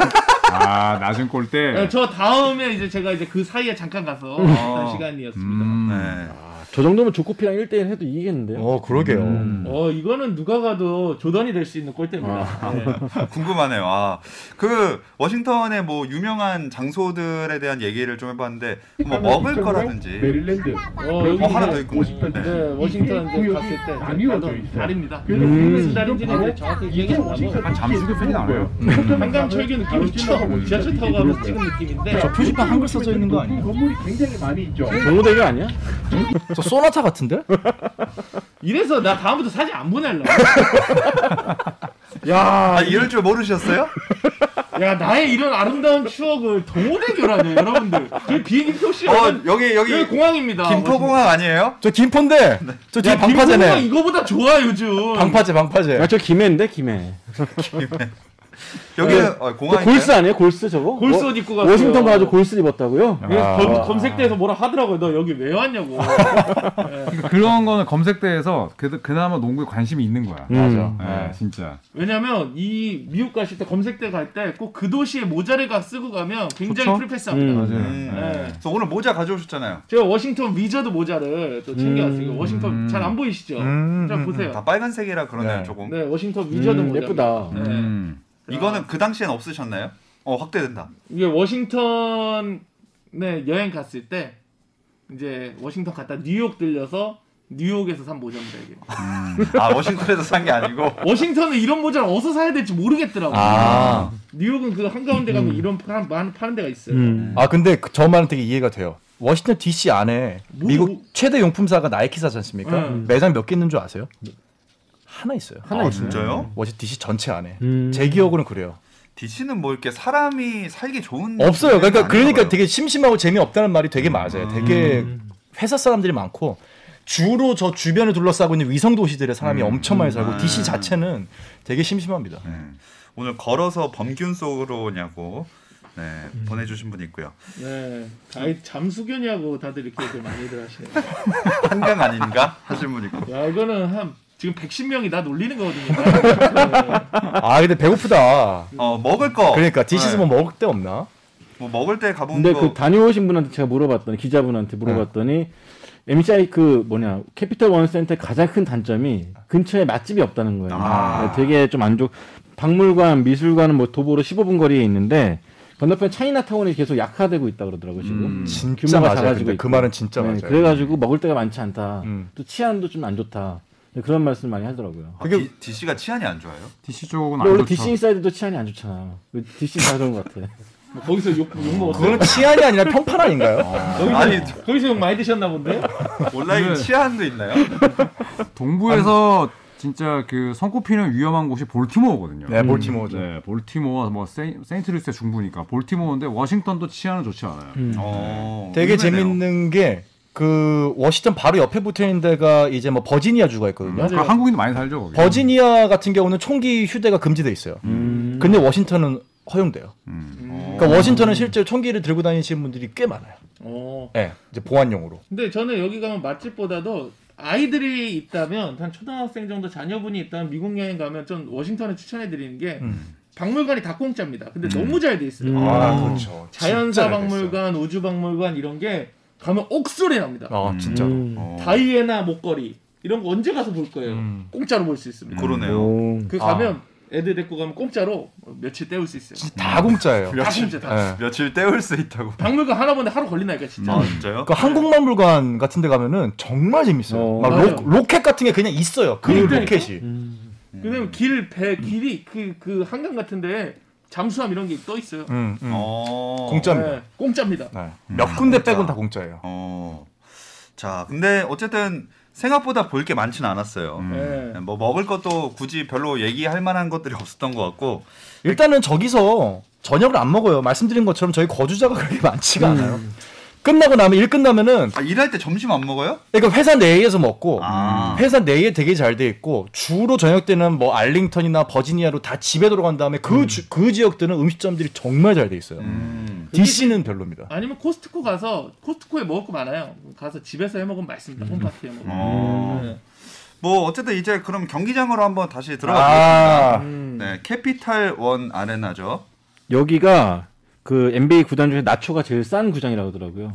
Speaker 2: 아, 낮은
Speaker 3: 네,
Speaker 2: 골대.
Speaker 3: 저 다음에 이제 제가 이제 그 사이에 잠깐 가서 했던 시간이었습니다.
Speaker 2: 음.
Speaker 1: 네.
Speaker 4: 아, 저 정도면 조코피랑 1대1 해도 이기겠는데요.
Speaker 5: 어 그러게요.
Speaker 2: 음.
Speaker 3: 어 이거는 누가 가도 조던이 될 수 있는 골대입니다. 네.
Speaker 1: 궁금하네요. 아, 그 워싱턴의 뭐 유명한 장소들에 대한 얘기를 좀 해봤는데 뭐 먹을 거라든지
Speaker 6: 메릴랜드
Speaker 3: 어 여기
Speaker 1: 어, 하나 더
Speaker 3: 이제
Speaker 1: 있군요. 네.
Speaker 3: 네, 워싱턴 이제
Speaker 6: 구역이
Speaker 3: 갔을 때
Speaker 6: 나뉘어져 있어요.
Speaker 3: 다릅니다.
Speaker 6: 그래서
Speaker 3: 무슨
Speaker 6: 지금
Speaker 3: 다른지는
Speaker 6: 바로
Speaker 3: 정확히 얘기 안 하고
Speaker 6: 지금
Speaker 2: 잠수교 팬이 그 나와요.
Speaker 3: 한강 철교 느낌 있죠? 지하철 타고 가면 찍은 느낌인데
Speaker 5: 저 표지판 한글 써져 있는 거 아니에요?
Speaker 6: 건물이 굉장히 많이 있죠.
Speaker 4: 정우 대결 아니야?
Speaker 5: 저 소나타 같은데?
Speaker 3: 이래서 나 다음부터 사진 안 보낼래.
Speaker 1: 아 이럴 줄 모르셨어요?
Speaker 3: 야 나의 이런 아름다운 추억을 동호대교라니 여러분들. 그 비행기
Speaker 1: 어
Speaker 3: 표시하는
Speaker 1: 여기
Speaker 3: 여기
Speaker 1: 여기
Speaker 3: 공항입니다.
Speaker 1: 김포공항 아니에요?
Speaker 5: 저 김포인데 저 뒤에
Speaker 3: 야, 김포공항
Speaker 5: 방파제네.
Speaker 3: 이거보다 좋아 요즘.
Speaker 5: 방파제 방파제.
Speaker 4: 야, 아, 저 김해인데 김해.
Speaker 1: 여기
Speaker 5: 네.
Speaker 1: 어,
Speaker 4: 저
Speaker 1: 공항
Speaker 4: 골스 아니에요? 골스 저거?
Speaker 3: 골스
Speaker 4: 워-
Speaker 3: 옷 입고 갔어요.
Speaker 4: 워싱턴 가가지고 골스 입었다고요?
Speaker 3: 그래서
Speaker 5: 아.
Speaker 3: 검, 검색대에서 뭐라 하더라고요. 너 여기 왜 왔냐고.
Speaker 2: 그러니까 그런 거는 검색대에서 그, 그나마 농구에 관심이 있는 거야.
Speaker 4: 맞아.
Speaker 2: 예, 진짜.
Speaker 3: 왜냐면 이 미국 가실 때 검색대 갈 때 꼭 그 도시의 모자를 가 쓰고 가면 굉장히
Speaker 2: 좋죠?
Speaker 3: 프리패스합니다.
Speaker 4: 음.
Speaker 2: 맞아요.
Speaker 1: 음.
Speaker 2: 예.
Speaker 3: 네.
Speaker 1: 그래서 오늘 모자 가져오셨잖아요.
Speaker 3: 제가 워싱턴 위저드 모자를 또 챙겨왔어요. 워싱턴 잘 안 보이시죠?
Speaker 5: 음,
Speaker 3: 자 보세요.
Speaker 1: 다 빨간색이라 그러네요
Speaker 5: 네.
Speaker 1: 조금.
Speaker 3: 네, 워싱턴 위저드
Speaker 4: 음,
Speaker 3: 모자.
Speaker 4: 예쁘다.
Speaker 3: 네.
Speaker 2: 음.
Speaker 1: 이거는 그 당시엔 없으셨나요? 어 확대된다.
Speaker 3: 이게 워싱턴에 여행 갔을 때 이제 워싱턴 갔다 뉴욕 들려서 뉴욕에서 산 모자입니다 이게.
Speaker 1: 아 워싱턴에서 산 게 아니고
Speaker 3: 워싱턴은 이런 모자를 어디서 사야 될지 모르겠더라고. 요
Speaker 5: 아,
Speaker 3: 뉴욕은 그 한가운데 가면 이런 파는, 많은 파는 데가 있어요.
Speaker 4: 음.
Speaker 5: 아 근데 그- 저 말은 되게 이해가 돼요. 워싱턴 D.C. 안에
Speaker 3: 뭐-
Speaker 5: 미국 최대 용품사가 나이키사지 않습니까?
Speaker 3: 음.
Speaker 5: 매장 몇 개 있는 줄 아세요? 네. 하나 있어요.
Speaker 4: 하나
Speaker 1: 아,
Speaker 4: 있네.
Speaker 1: 진짜요?
Speaker 5: 워싱턴 D.C. 전체 안에.
Speaker 4: 음.
Speaker 5: 제 기억으로는 그래요.
Speaker 1: DC는 뭐 이렇게 사람이 살기 좋은
Speaker 5: 없어요. 그러니까
Speaker 1: 데는
Speaker 5: 그러니까
Speaker 1: 아닌가 봐요. 음.
Speaker 5: 되게 심심하고 재미없다는 말이 되게 맞아요. 되게 회사 사람들이 많고 주로 저 주변을 둘러싸고 있는 위성 도시들의 사람이
Speaker 1: 음.
Speaker 5: 엄청 많이 살고 DC 자체는 되게 심심합니다.
Speaker 1: 네. 오늘 걸어서 범균 속으로냐고 네,
Speaker 5: 음.
Speaker 1: 보내주신 분 있고요.
Speaker 3: 네, 아이 잠수견이하고 다들 이렇게 얘기를 많이들 하시네요.
Speaker 1: 한강 아닌가 하신 분 있고.
Speaker 3: 야 이거는 한 지금 110명이 나 놀리는 네. 거거든요.
Speaker 5: 아 근데 배고프다.
Speaker 1: 어 먹을 거.
Speaker 5: 그러니까 DC에서
Speaker 1: 네.
Speaker 5: 뭐 먹을 데 없나?
Speaker 1: 뭐 먹을 때 가본
Speaker 4: 근데
Speaker 1: 거.
Speaker 4: 그 다녀오신 분한테 제가 물어봤더니 기자분한테 물어봤더니 MCI 그 뭐냐 캐피털 원센터의 가장 큰 단점이 근처에 맛집이 없다는 거예요.
Speaker 1: 아.
Speaker 4: 네, 되게 좀 안 좋. 박물관, 미술관은 뭐 도보로 15분 거리에 있는데 건너편 차이나타운이 계속 약화되고 있다 그러더라고 요 지금.
Speaker 5: 음.
Speaker 1: 음.
Speaker 5: 진짜
Speaker 4: 규모가
Speaker 5: 맞아요.
Speaker 4: 작아지고
Speaker 5: 근데 그
Speaker 4: 있고.
Speaker 5: 말은 진짜
Speaker 4: 네,
Speaker 5: 맞아요.
Speaker 4: 그래가지고 먹을 데가 많지 않다.
Speaker 5: 음.
Speaker 4: 또 치안도 좀 안 좋다. 네, 그런 말씀 많이 하더라고요.
Speaker 1: 아,
Speaker 5: 그게-
Speaker 1: DC가 치안이 안 좋아요?
Speaker 2: DC 쪽은
Speaker 4: 근데
Speaker 2: 안
Speaker 4: 원래
Speaker 2: 좋죠.
Speaker 4: DC 인사이드도 치안이 안 좋잖아. DC 다 그런 것 같아.
Speaker 3: 뭐 거기서 욕, 욕 먹었어요.
Speaker 5: 그거는 치안이 아니라 평판 아닌가요?
Speaker 1: 어.
Speaker 3: 거기서,
Speaker 1: 아니,
Speaker 3: 거기서 욕 많이 드셨나 본데.
Speaker 1: 온라인
Speaker 2: 네.
Speaker 1: 치안도 있나요?
Speaker 5: 음.
Speaker 2: 동부에서 진짜 그 손꼽히는 위험한 곳이 볼티모어거든요.
Speaker 5: 네,
Speaker 1: 음.
Speaker 5: 볼티모어죠.
Speaker 2: 네, 볼티모어 뭐 세인, 세인트루이스의 중부니까 볼티모어인데 워싱턴도 치안은 좋지 않아요.
Speaker 5: 음.
Speaker 1: 어,
Speaker 5: 되게
Speaker 1: 의외네요.
Speaker 5: 재밌는 게 그 워싱턴 바로 옆에 붙어 있는 데가 이제 뭐 버지니아 주가 있거든요.
Speaker 2: 그러니까 한국인도 많이 살죠
Speaker 1: 음.
Speaker 2: 거기.
Speaker 5: 버지니아 같은 경우는 총기 휴대가 금지돼 있어요.
Speaker 4: 음.
Speaker 5: 근데 워싱턴은 허용돼요. 그러니까 워싱턴은 실제로 총기를 들고 다니시는 분들이 꽤 많아요.
Speaker 3: 어.
Speaker 5: 예, 이제 보안용으로.
Speaker 3: 근데 저는 여기 가면 맛집보다도 아이들이 있다면 한 초등학생 정도 자녀분이 있다면 미국 여행 가면 전 워싱턴을 추천해 드리는 게 박물관이 다 공짜입니다. 근데 너무 잘 돼 있어요.
Speaker 5: 아, 그렇죠.
Speaker 3: 자연사 박물관, 우주 박물관 이런 게 가면 옥소리 납니다.
Speaker 5: 아, 진짜. 로
Speaker 4: 음.
Speaker 1: 어,
Speaker 3: 다이애나 목걸이 이런 거 언제 가서 볼 거예요. 공짜로 볼 수 있습니다.
Speaker 5: 음.
Speaker 1: 그러네요.
Speaker 4: 오.
Speaker 3: 그 가면 애들 데리고 가면 공짜로 며칠 때울 수 있어요.
Speaker 5: 다 공짜예요.
Speaker 3: 다 공짜 다.
Speaker 5: 예.
Speaker 1: 며칠 때울 수 있다고.
Speaker 3: 박물관 하나 보는데 하루 걸리나니까 진짜.
Speaker 1: 아 진짜요?
Speaker 5: 그 한국만물관 같은 데 가면은 정말 재밌어요.
Speaker 4: 어.
Speaker 5: 막
Speaker 3: 맞아요.
Speaker 5: 로, 켓 같은 게 그냥 있어요. 그
Speaker 3: 그러니까요.
Speaker 5: 로켓이.
Speaker 4: 음.
Speaker 3: 왜냐면 길, 배, 길이 그, 그 한강 같은데 잠수함 이런 게 떠 있어요.
Speaker 5: 음, 음.
Speaker 1: 어.
Speaker 5: 공짜입니다.
Speaker 3: 네, 공짜입니다.
Speaker 5: 네. 몇 군데
Speaker 1: 공짜.
Speaker 5: 빼곤 다 공짜예요.
Speaker 1: 어. 자, 근데 어쨌든 생각보다 볼 게 많진 않았어요.
Speaker 3: 네.
Speaker 5: 음.
Speaker 1: 뭐 먹을 것도 굳이 별로 얘기할 만한 것들이 없었던 것 같고
Speaker 5: 일단은 저기서 저녁을 안 먹어요. 말씀드린 것처럼 저희 거주자가 그렇게 많지가 않아요. 끝나고 나면 일 끝나면은
Speaker 1: 아, 일할 때 점심 안 먹어요?
Speaker 5: 그러니까 회사 내에서 먹고
Speaker 1: 아.
Speaker 5: 회사 내에 되게 잘 돼 있고 주로 저녁 때는 뭐 알링턴이나 버지니아로 다 집에 돌아간 다음에 그 그 지역들은 음식점들이 정말 잘 돼 있어요.
Speaker 1: 음.
Speaker 5: DC는 별로입니다.
Speaker 3: 아니면 코스트코 가서 코스트코에 먹을 거 많아요. 가서 집에서 해 먹으면 맛있습니다. 홈파티에 먹으면.
Speaker 1: 어.
Speaker 3: 네.
Speaker 1: 뭐 어쨌든 이제 그럼 경기장으로 한번 다시
Speaker 2: 아,
Speaker 1: 들어가 보겠습니다.
Speaker 5: 아,
Speaker 3: 음.
Speaker 1: 네, 캐피탈 원 아레나죠.
Speaker 4: 여기가 그 NBA 구단 중에 나초가 제일 싼 구장이라고 하더라고요.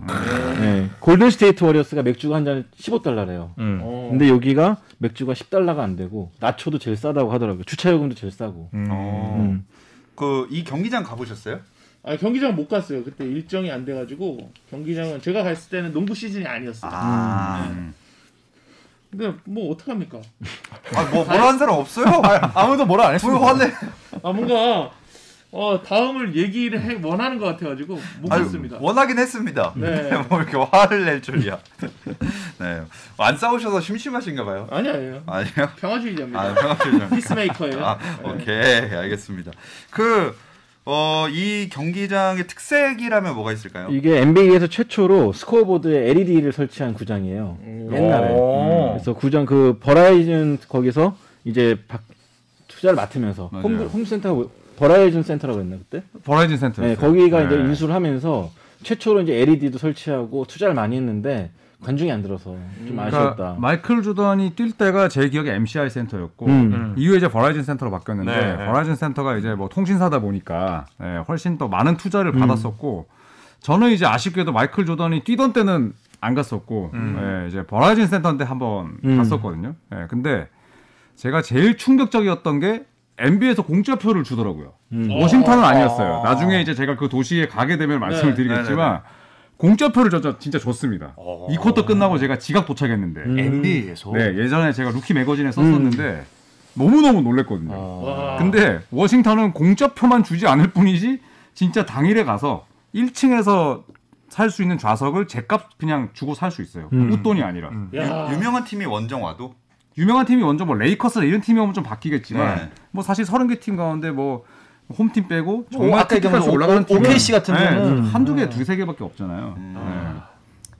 Speaker 4: 네. 골든 스테이트 워리어스가 맥주가 한 잔에 15달러래요.
Speaker 5: 음.
Speaker 3: 어.
Speaker 4: 근데 여기가 맥주가 10달러가 안 되고 나초도 제일 싸다고 하더라고요. 주차 요금도 제일 싸고.
Speaker 2: 음.
Speaker 1: 어.
Speaker 4: 음.
Speaker 1: 그 이 경기장 가보셨어요?
Speaker 3: 아 경기장 못 갔어요. 그때 일정이 안 돼가지고 경기장은 제가 갔을 때는 농구 시즌이 아니었어요.
Speaker 1: 아,
Speaker 3: 근데 뭐 어떡합니까?
Speaker 1: 아 뭐, 뭐라 한 사람 없어요? 아,
Speaker 5: 아무도 뭐라 안
Speaker 1: 뭐
Speaker 5: 했습니다.
Speaker 1: 화내?
Speaker 3: 아 뭔가 어 다음을 얘기를 해, 원하는 것 같아가지고 못
Speaker 1: 아유, 뭐-
Speaker 3: 갔습니다.
Speaker 1: 원하긴 했습니다.
Speaker 3: 네.
Speaker 1: 뭐 이렇게 화를 낼 줄이야. 네. 안 싸우셔서 심심하신가 봐요.
Speaker 3: 아니 아니에요.
Speaker 1: 아니요.
Speaker 3: 평화주의자입니다.
Speaker 1: 아, 평화주의자.
Speaker 3: 피스메이커예요.
Speaker 1: 아, 오케이. 알겠습니다. 그, 어, 이 경기장의 특색이라면 뭐가 있을까요?
Speaker 4: 이게 NBA에서 최초로 스코어보드에 LED를 설치한 구장이에요. 옛날에.
Speaker 5: 오.
Speaker 4: 그래서 구장 그 버라이즌 거기서 이제 박- 투자를 맡으면서
Speaker 2: 맞아요.
Speaker 4: 홈, 홈센터가 뭐- 버라이즌 센터라고 했나 그때?
Speaker 2: 버라이즌 센터.
Speaker 4: 네, 거기가 이제 인수를 하면서 최초로 이제 LED도 설치하고 투자를 많이 했는데 관중이 안 들어서 좀 아쉬웠다.
Speaker 2: 그러니까 마이클 조던이 뛸 때가 제 기억에 MCI 센터였고
Speaker 4: 음.
Speaker 5: 음.
Speaker 2: 이후에 이제 버라이즌 센터로 바뀌었는데
Speaker 5: 네, 네.
Speaker 2: 버라이즌 센터가 이제 뭐 통신사다 보니까 예, 훨씬 더 많은 투자를 받았었고 저는 이제 아쉽게도 마이클 조던이 뛰던 때는 안 갔었고 예, 이제 버라이즌 센터인데 한번
Speaker 4: 음.
Speaker 2: 갔었거든요. 예, 근데 제가 제일 충격적이었던 게 NBA에서 공짜표를 주더라고요.
Speaker 4: 음.
Speaker 3: 어.
Speaker 2: 워싱턴은 아니었어요. 나중에 이제 제가 그 도시에 가게 되면 말씀을
Speaker 3: 네,
Speaker 2: 드리겠지만 공짜표를 저, 저 진짜 줬습니다. 이 쿼터 끝나고 제가 지각 도착했는데
Speaker 5: 음. NBA에서.
Speaker 2: 어. 네, 예전에 제가 루키
Speaker 5: 음.
Speaker 2: 매거진에 썼었는데 너무너무 놀랬거든요.
Speaker 5: 아.
Speaker 3: 와.
Speaker 2: 근데 워싱턴은 공짜표만 주지 않을 뿐이지 진짜 당일에 가서 1층에서 살 수 있는 좌석을 제값 그냥 주고 살 수 있어요.
Speaker 5: 음.
Speaker 2: 웃돈이 아니라.
Speaker 3: 야.
Speaker 1: 유, 유명한 팀이 원정 와도?
Speaker 2: 유명한 팀이 먼저 뭐 레이커스나 이런 팀이 오면 좀 바뀌겠지만
Speaker 1: 네.
Speaker 2: 뭐 사실 30개 팀 가운데 뭐 홈팀 빼고
Speaker 5: 뭐
Speaker 2: 정말
Speaker 5: 아까 얘기한
Speaker 2: 끝까지
Speaker 5: 오-
Speaker 2: 올라가는
Speaker 5: 오-
Speaker 2: 팀은
Speaker 5: OKC 같은
Speaker 2: 네,
Speaker 5: 경우는. 음.
Speaker 2: 한두 개, 두세 개밖에 없잖아요. 네.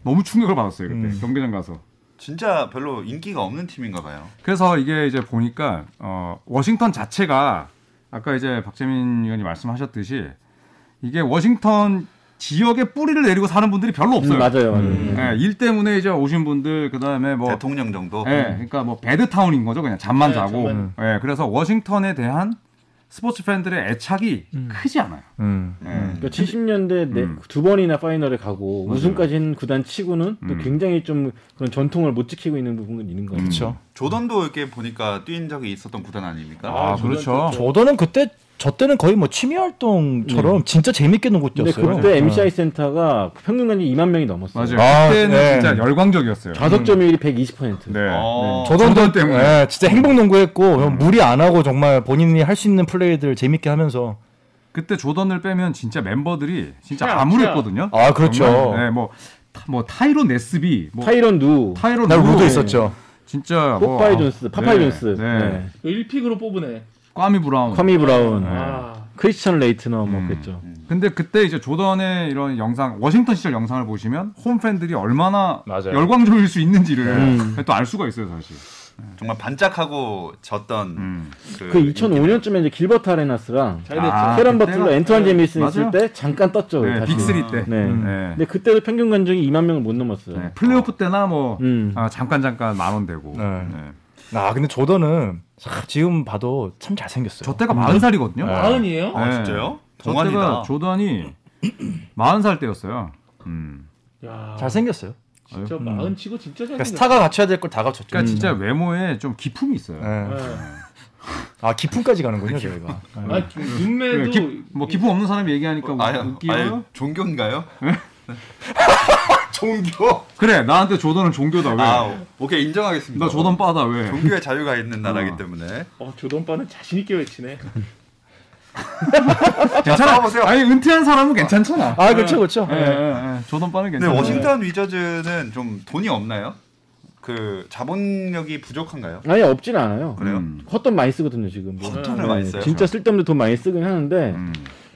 Speaker 2: 너무 충격을 받았어요 그때 경기장 가서.
Speaker 1: 진짜 별로 인기가 없는 팀인가 봐요.
Speaker 2: 그래서 이게 이제 보니까 어, 워싱턴 자체가 아까 이제 박재민 의원이 말씀하셨듯이 이게 워싱턴 지역에 뿌리를 내리고 사는 분들이 별로 없어요.
Speaker 4: 음, 맞아요. 맞아요.
Speaker 2: 예, 일 때문에 이제 오신 분들 그다음에 뭐
Speaker 1: 대통령 정도?
Speaker 2: 예, 그러니까 뭐 배드 타운인 거죠. 그냥 잠만
Speaker 3: 네,
Speaker 2: 자고.
Speaker 3: 잠만.
Speaker 2: 예, 그래서 워싱턴에 대한 스포츠 팬들의 애착이 크지 않아요.
Speaker 5: 음.
Speaker 1: 음.
Speaker 4: 그러니까 70년대 네,
Speaker 2: 음.
Speaker 4: 두 번이나 파이널에 가고 우승까지 한 구단 치고는 또
Speaker 2: 음.
Speaker 4: 굉장히 좀 그런 전통을 못 지키고 있는 부분은 있는 것 같아요.
Speaker 5: 그렇죠.
Speaker 1: 조던도 이렇게 보니까 뛴 적이 있었던 구단 아닙니까?
Speaker 2: 아, 그렇죠.
Speaker 5: 저도는 그때 저 때는 거의 뭐 취미 활동처럼
Speaker 2: 음.
Speaker 5: 진짜 재밌게 농구
Speaker 4: 근데
Speaker 5: 뛰었어요.
Speaker 4: 그때 MCI 센터가 평균 관이 2만 명이 넘었어요.
Speaker 2: 맞아요.
Speaker 5: 아,
Speaker 2: 그때는
Speaker 5: 네.
Speaker 2: 진짜 열광적이었어요.
Speaker 4: 좌석 점유율이 120%.
Speaker 2: 네.
Speaker 1: 어.
Speaker 5: 저도
Speaker 2: 저도 때문에. 음.
Speaker 5: 예, 진짜 행복 농구했고 무리 안 하고 정말 본인이 할 수 있는 플레이들 재밌게 하면서
Speaker 2: 그때 조던을 빼면 진짜 멤버들이 진짜
Speaker 3: 피아,
Speaker 2: 암울했거든요.
Speaker 5: 아, 그렇죠.
Speaker 2: 정말, 네, 뭐, 타, 뭐 타이론 네스비, 뭐
Speaker 4: 타이런 누,
Speaker 2: 타이론
Speaker 5: 날 루도 있었죠.
Speaker 2: 진짜
Speaker 4: 뽀빠이
Speaker 2: 아,
Speaker 4: 존스, 파파이
Speaker 2: 네,
Speaker 4: 존스,
Speaker 2: 네.
Speaker 4: 네.
Speaker 3: 그 1픽으로 뽑으네.
Speaker 2: 꽈미 브라운.
Speaker 4: 커미 브라운,
Speaker 2: 네.
Speaker 3: 아.
Speaker 4: 크리스천 레이트너
Speaker 2: 음.
Speaker 4: 뭐 그랬죠.
Speaker 2: 근데 그때 이제 조던의 이런 영상, 워싱턴 시절 영상을 보시면 홈 팬들이 얼마나
Speaker 5: 맞아요.
Speaker 2: 열광적일 수 있는지를
Speaker 4: 음.
Speaker 2: 또 알 수가 있어요, 사실.
Speaker 1: 정말 반짝하고 졌던
Speaker 2: 음.
Speaker 1: 그,
Speaker 4: 그 2005년쯤에 이제 길버트 아레나스랑
Speaker 3: 잘 됐죠.
Speaker 2: 아,
Speaker 4: 캐런
Speaker 2: 그때가-
Speaker 4: 버틀러, 앤트완 제미슨 있을
Speaker 2: 맞아요.
Speaker 4: 때 잠깐 떴죠.
Speaker 2: 네,
Speaker 4: 다시.
Speaker 2: 빅3 때.
Speaker 4: 네.
Speaker 2: 네.
Speaker 4: 근데 그때도 평균 관중이 2만 명을 못 넘었어요.
Speaker 2: 네, 플레이오프 때나 뭐
Speaker 4: 음.
Speaker 2: 아, 잠깐 잠깐 만 원 되고.
Speaker 5: 네.
Speaker 2: 네.
Speaker 5: 아 근데 조던은 참 지금 봐도 참 잘생겼어요.
Speaker 2: 저 때가 마흔 살이거든요.
Speaker 3: 마흔이에요?
Speaker 1: 아,
Speaker 2: 네.
Speaker 1: 진짜요?
Speaker 2: 저 때가
Speaker 1: 동안이다.
Speaker 2: 조던이 마흔 살 때였어요. 음.
Speaker 3: 야.
Speaker 5: 잘생겼어요.
Speaker 3: 진짜 마흔 치고 진짜
Speaker 5: 그러니까
Speaker 3: 잘생겼어.
Speaker 5: 스타가 갖춰야 될 걸 다
Speaker 1: 음.
Speaker 5: 갖췄죠.
Speaker 2: 그러니까 진짜 외모에 좀 기품이 있어요.
Speaker 5: 예.
Speaker 3: 네.
Speaker 5: 아 기품까지 가는군요 저희가.
Speaker 3: 아, 좀 눈매도
Speaker 2: 그래, 기- 뭐 기품 없는 사람이 얘기하니까 뭐
Speaker 1: 어, 아니,
Speaker 2: 그러니까 웃기고요. 네.
Speaker 1: 아니, 종교인가요? 종교?
Speaker 2: 그래 나한테 조던은 종교다 왜?
Speaker 1: 아, 오케이 인정하겠습니다.
Speaker 2: 네. 나 조던 빠다 왜?
Speaker 1: 종교의 자유가 있는 나라이기
Speaker 2: 어.
Speaker 1: 때문에
Speaker 3: 어, 조던빠는 자신 있게 외치네.
Speaker 2: 괜찮아
Speaker 1: 싸워보세요.
Speaker 2: 아니 은퇴한 사람은 괜찮잖아.
Speaker 5: 아 그렇죠 그렇죠.
Speaker 2: 예, 예, 예. 조던 빠는
Speaker 1: 근데
Speaker 2: 괜찮아.
Speaker 1: 네, 워싱턴 위저즈는 좀 돈이 없나요? 그 자본력이 부족한가요?
Speaker 4: 아니 없진 않아요.
Speaker 1: 그래요?
Speaker 2: 음.
Speaker 4: 헛돈 많이 쓰거든요 지금.
Speaker 2: 아,
Speaker 4: 뭐.
Speaker 1: 헛돈을
Speaker 4: 네,
Speaker 1: 많이 써요?
Speaker 4: 진짜 쓸데없는 돈 많이 쓰긴 하는데
Speaker 2: 음.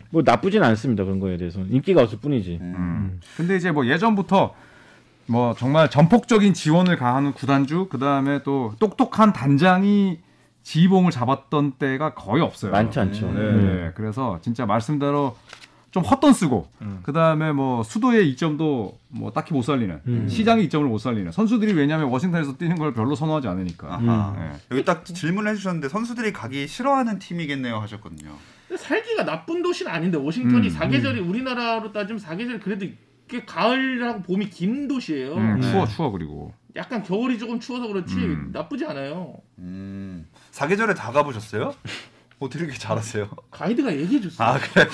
Speaker 4: 뭐 나쁘진 않습니다 그런 거에 대해서는 인기가 없을 뿐이지.
Speaker 2: 음. 근데 이제 뭐 예전부터 뭐 정말 전폭적인 지원을 가하는 구단주 그 다음에 또 똑똑한 단장이 지휘봉을 잡았던 때가 거의 없어요.
Speaker 4: 많지 않죠.
Speaker 2: 네,
Speaker 4: 음.
Speaker 2: 네. 그래서 진짜 말씀대로 좀 헛돈 쓰고 그다음에 뭐 수도의 이점도 뭐 딱히 못 살리는 시장의 이점을 못 살리는 선수들이 왜냐하면 워싱턴에서 뛰는 걸 별로 선호하지 않으니까
Speaker 1: 아하.
Speaker 2: 네.
Speaker 1: 여기 딱 질문을 해주셨는데 선수들이 가기 싫어하는 팀이겠네요 하셨거든요.
Speaker 3: 근데 살기가 나쁜 도시는 아닌데 워싱턴이
Speaker 2: 음,
Speaker 3: 사계절이 우리나라로 따지면 사계절 그래도 꽤 가을하고 봄이 긴 도시예요.
Speaker 2: 음, 추워 추워 그리고
Speaker 3: 약간 겨울이 조금 추워서 그렇지
Speaker 2: 음.
Speaker 3: 나쁘지 않아요.
Speaker 1: 음. 사계절에 다 가보셨어요? 어떻게 이렇게 잘하세요?
Speaker 3: 가이드가 얘기해 줬어요.
Speaker 1: 아 그래요?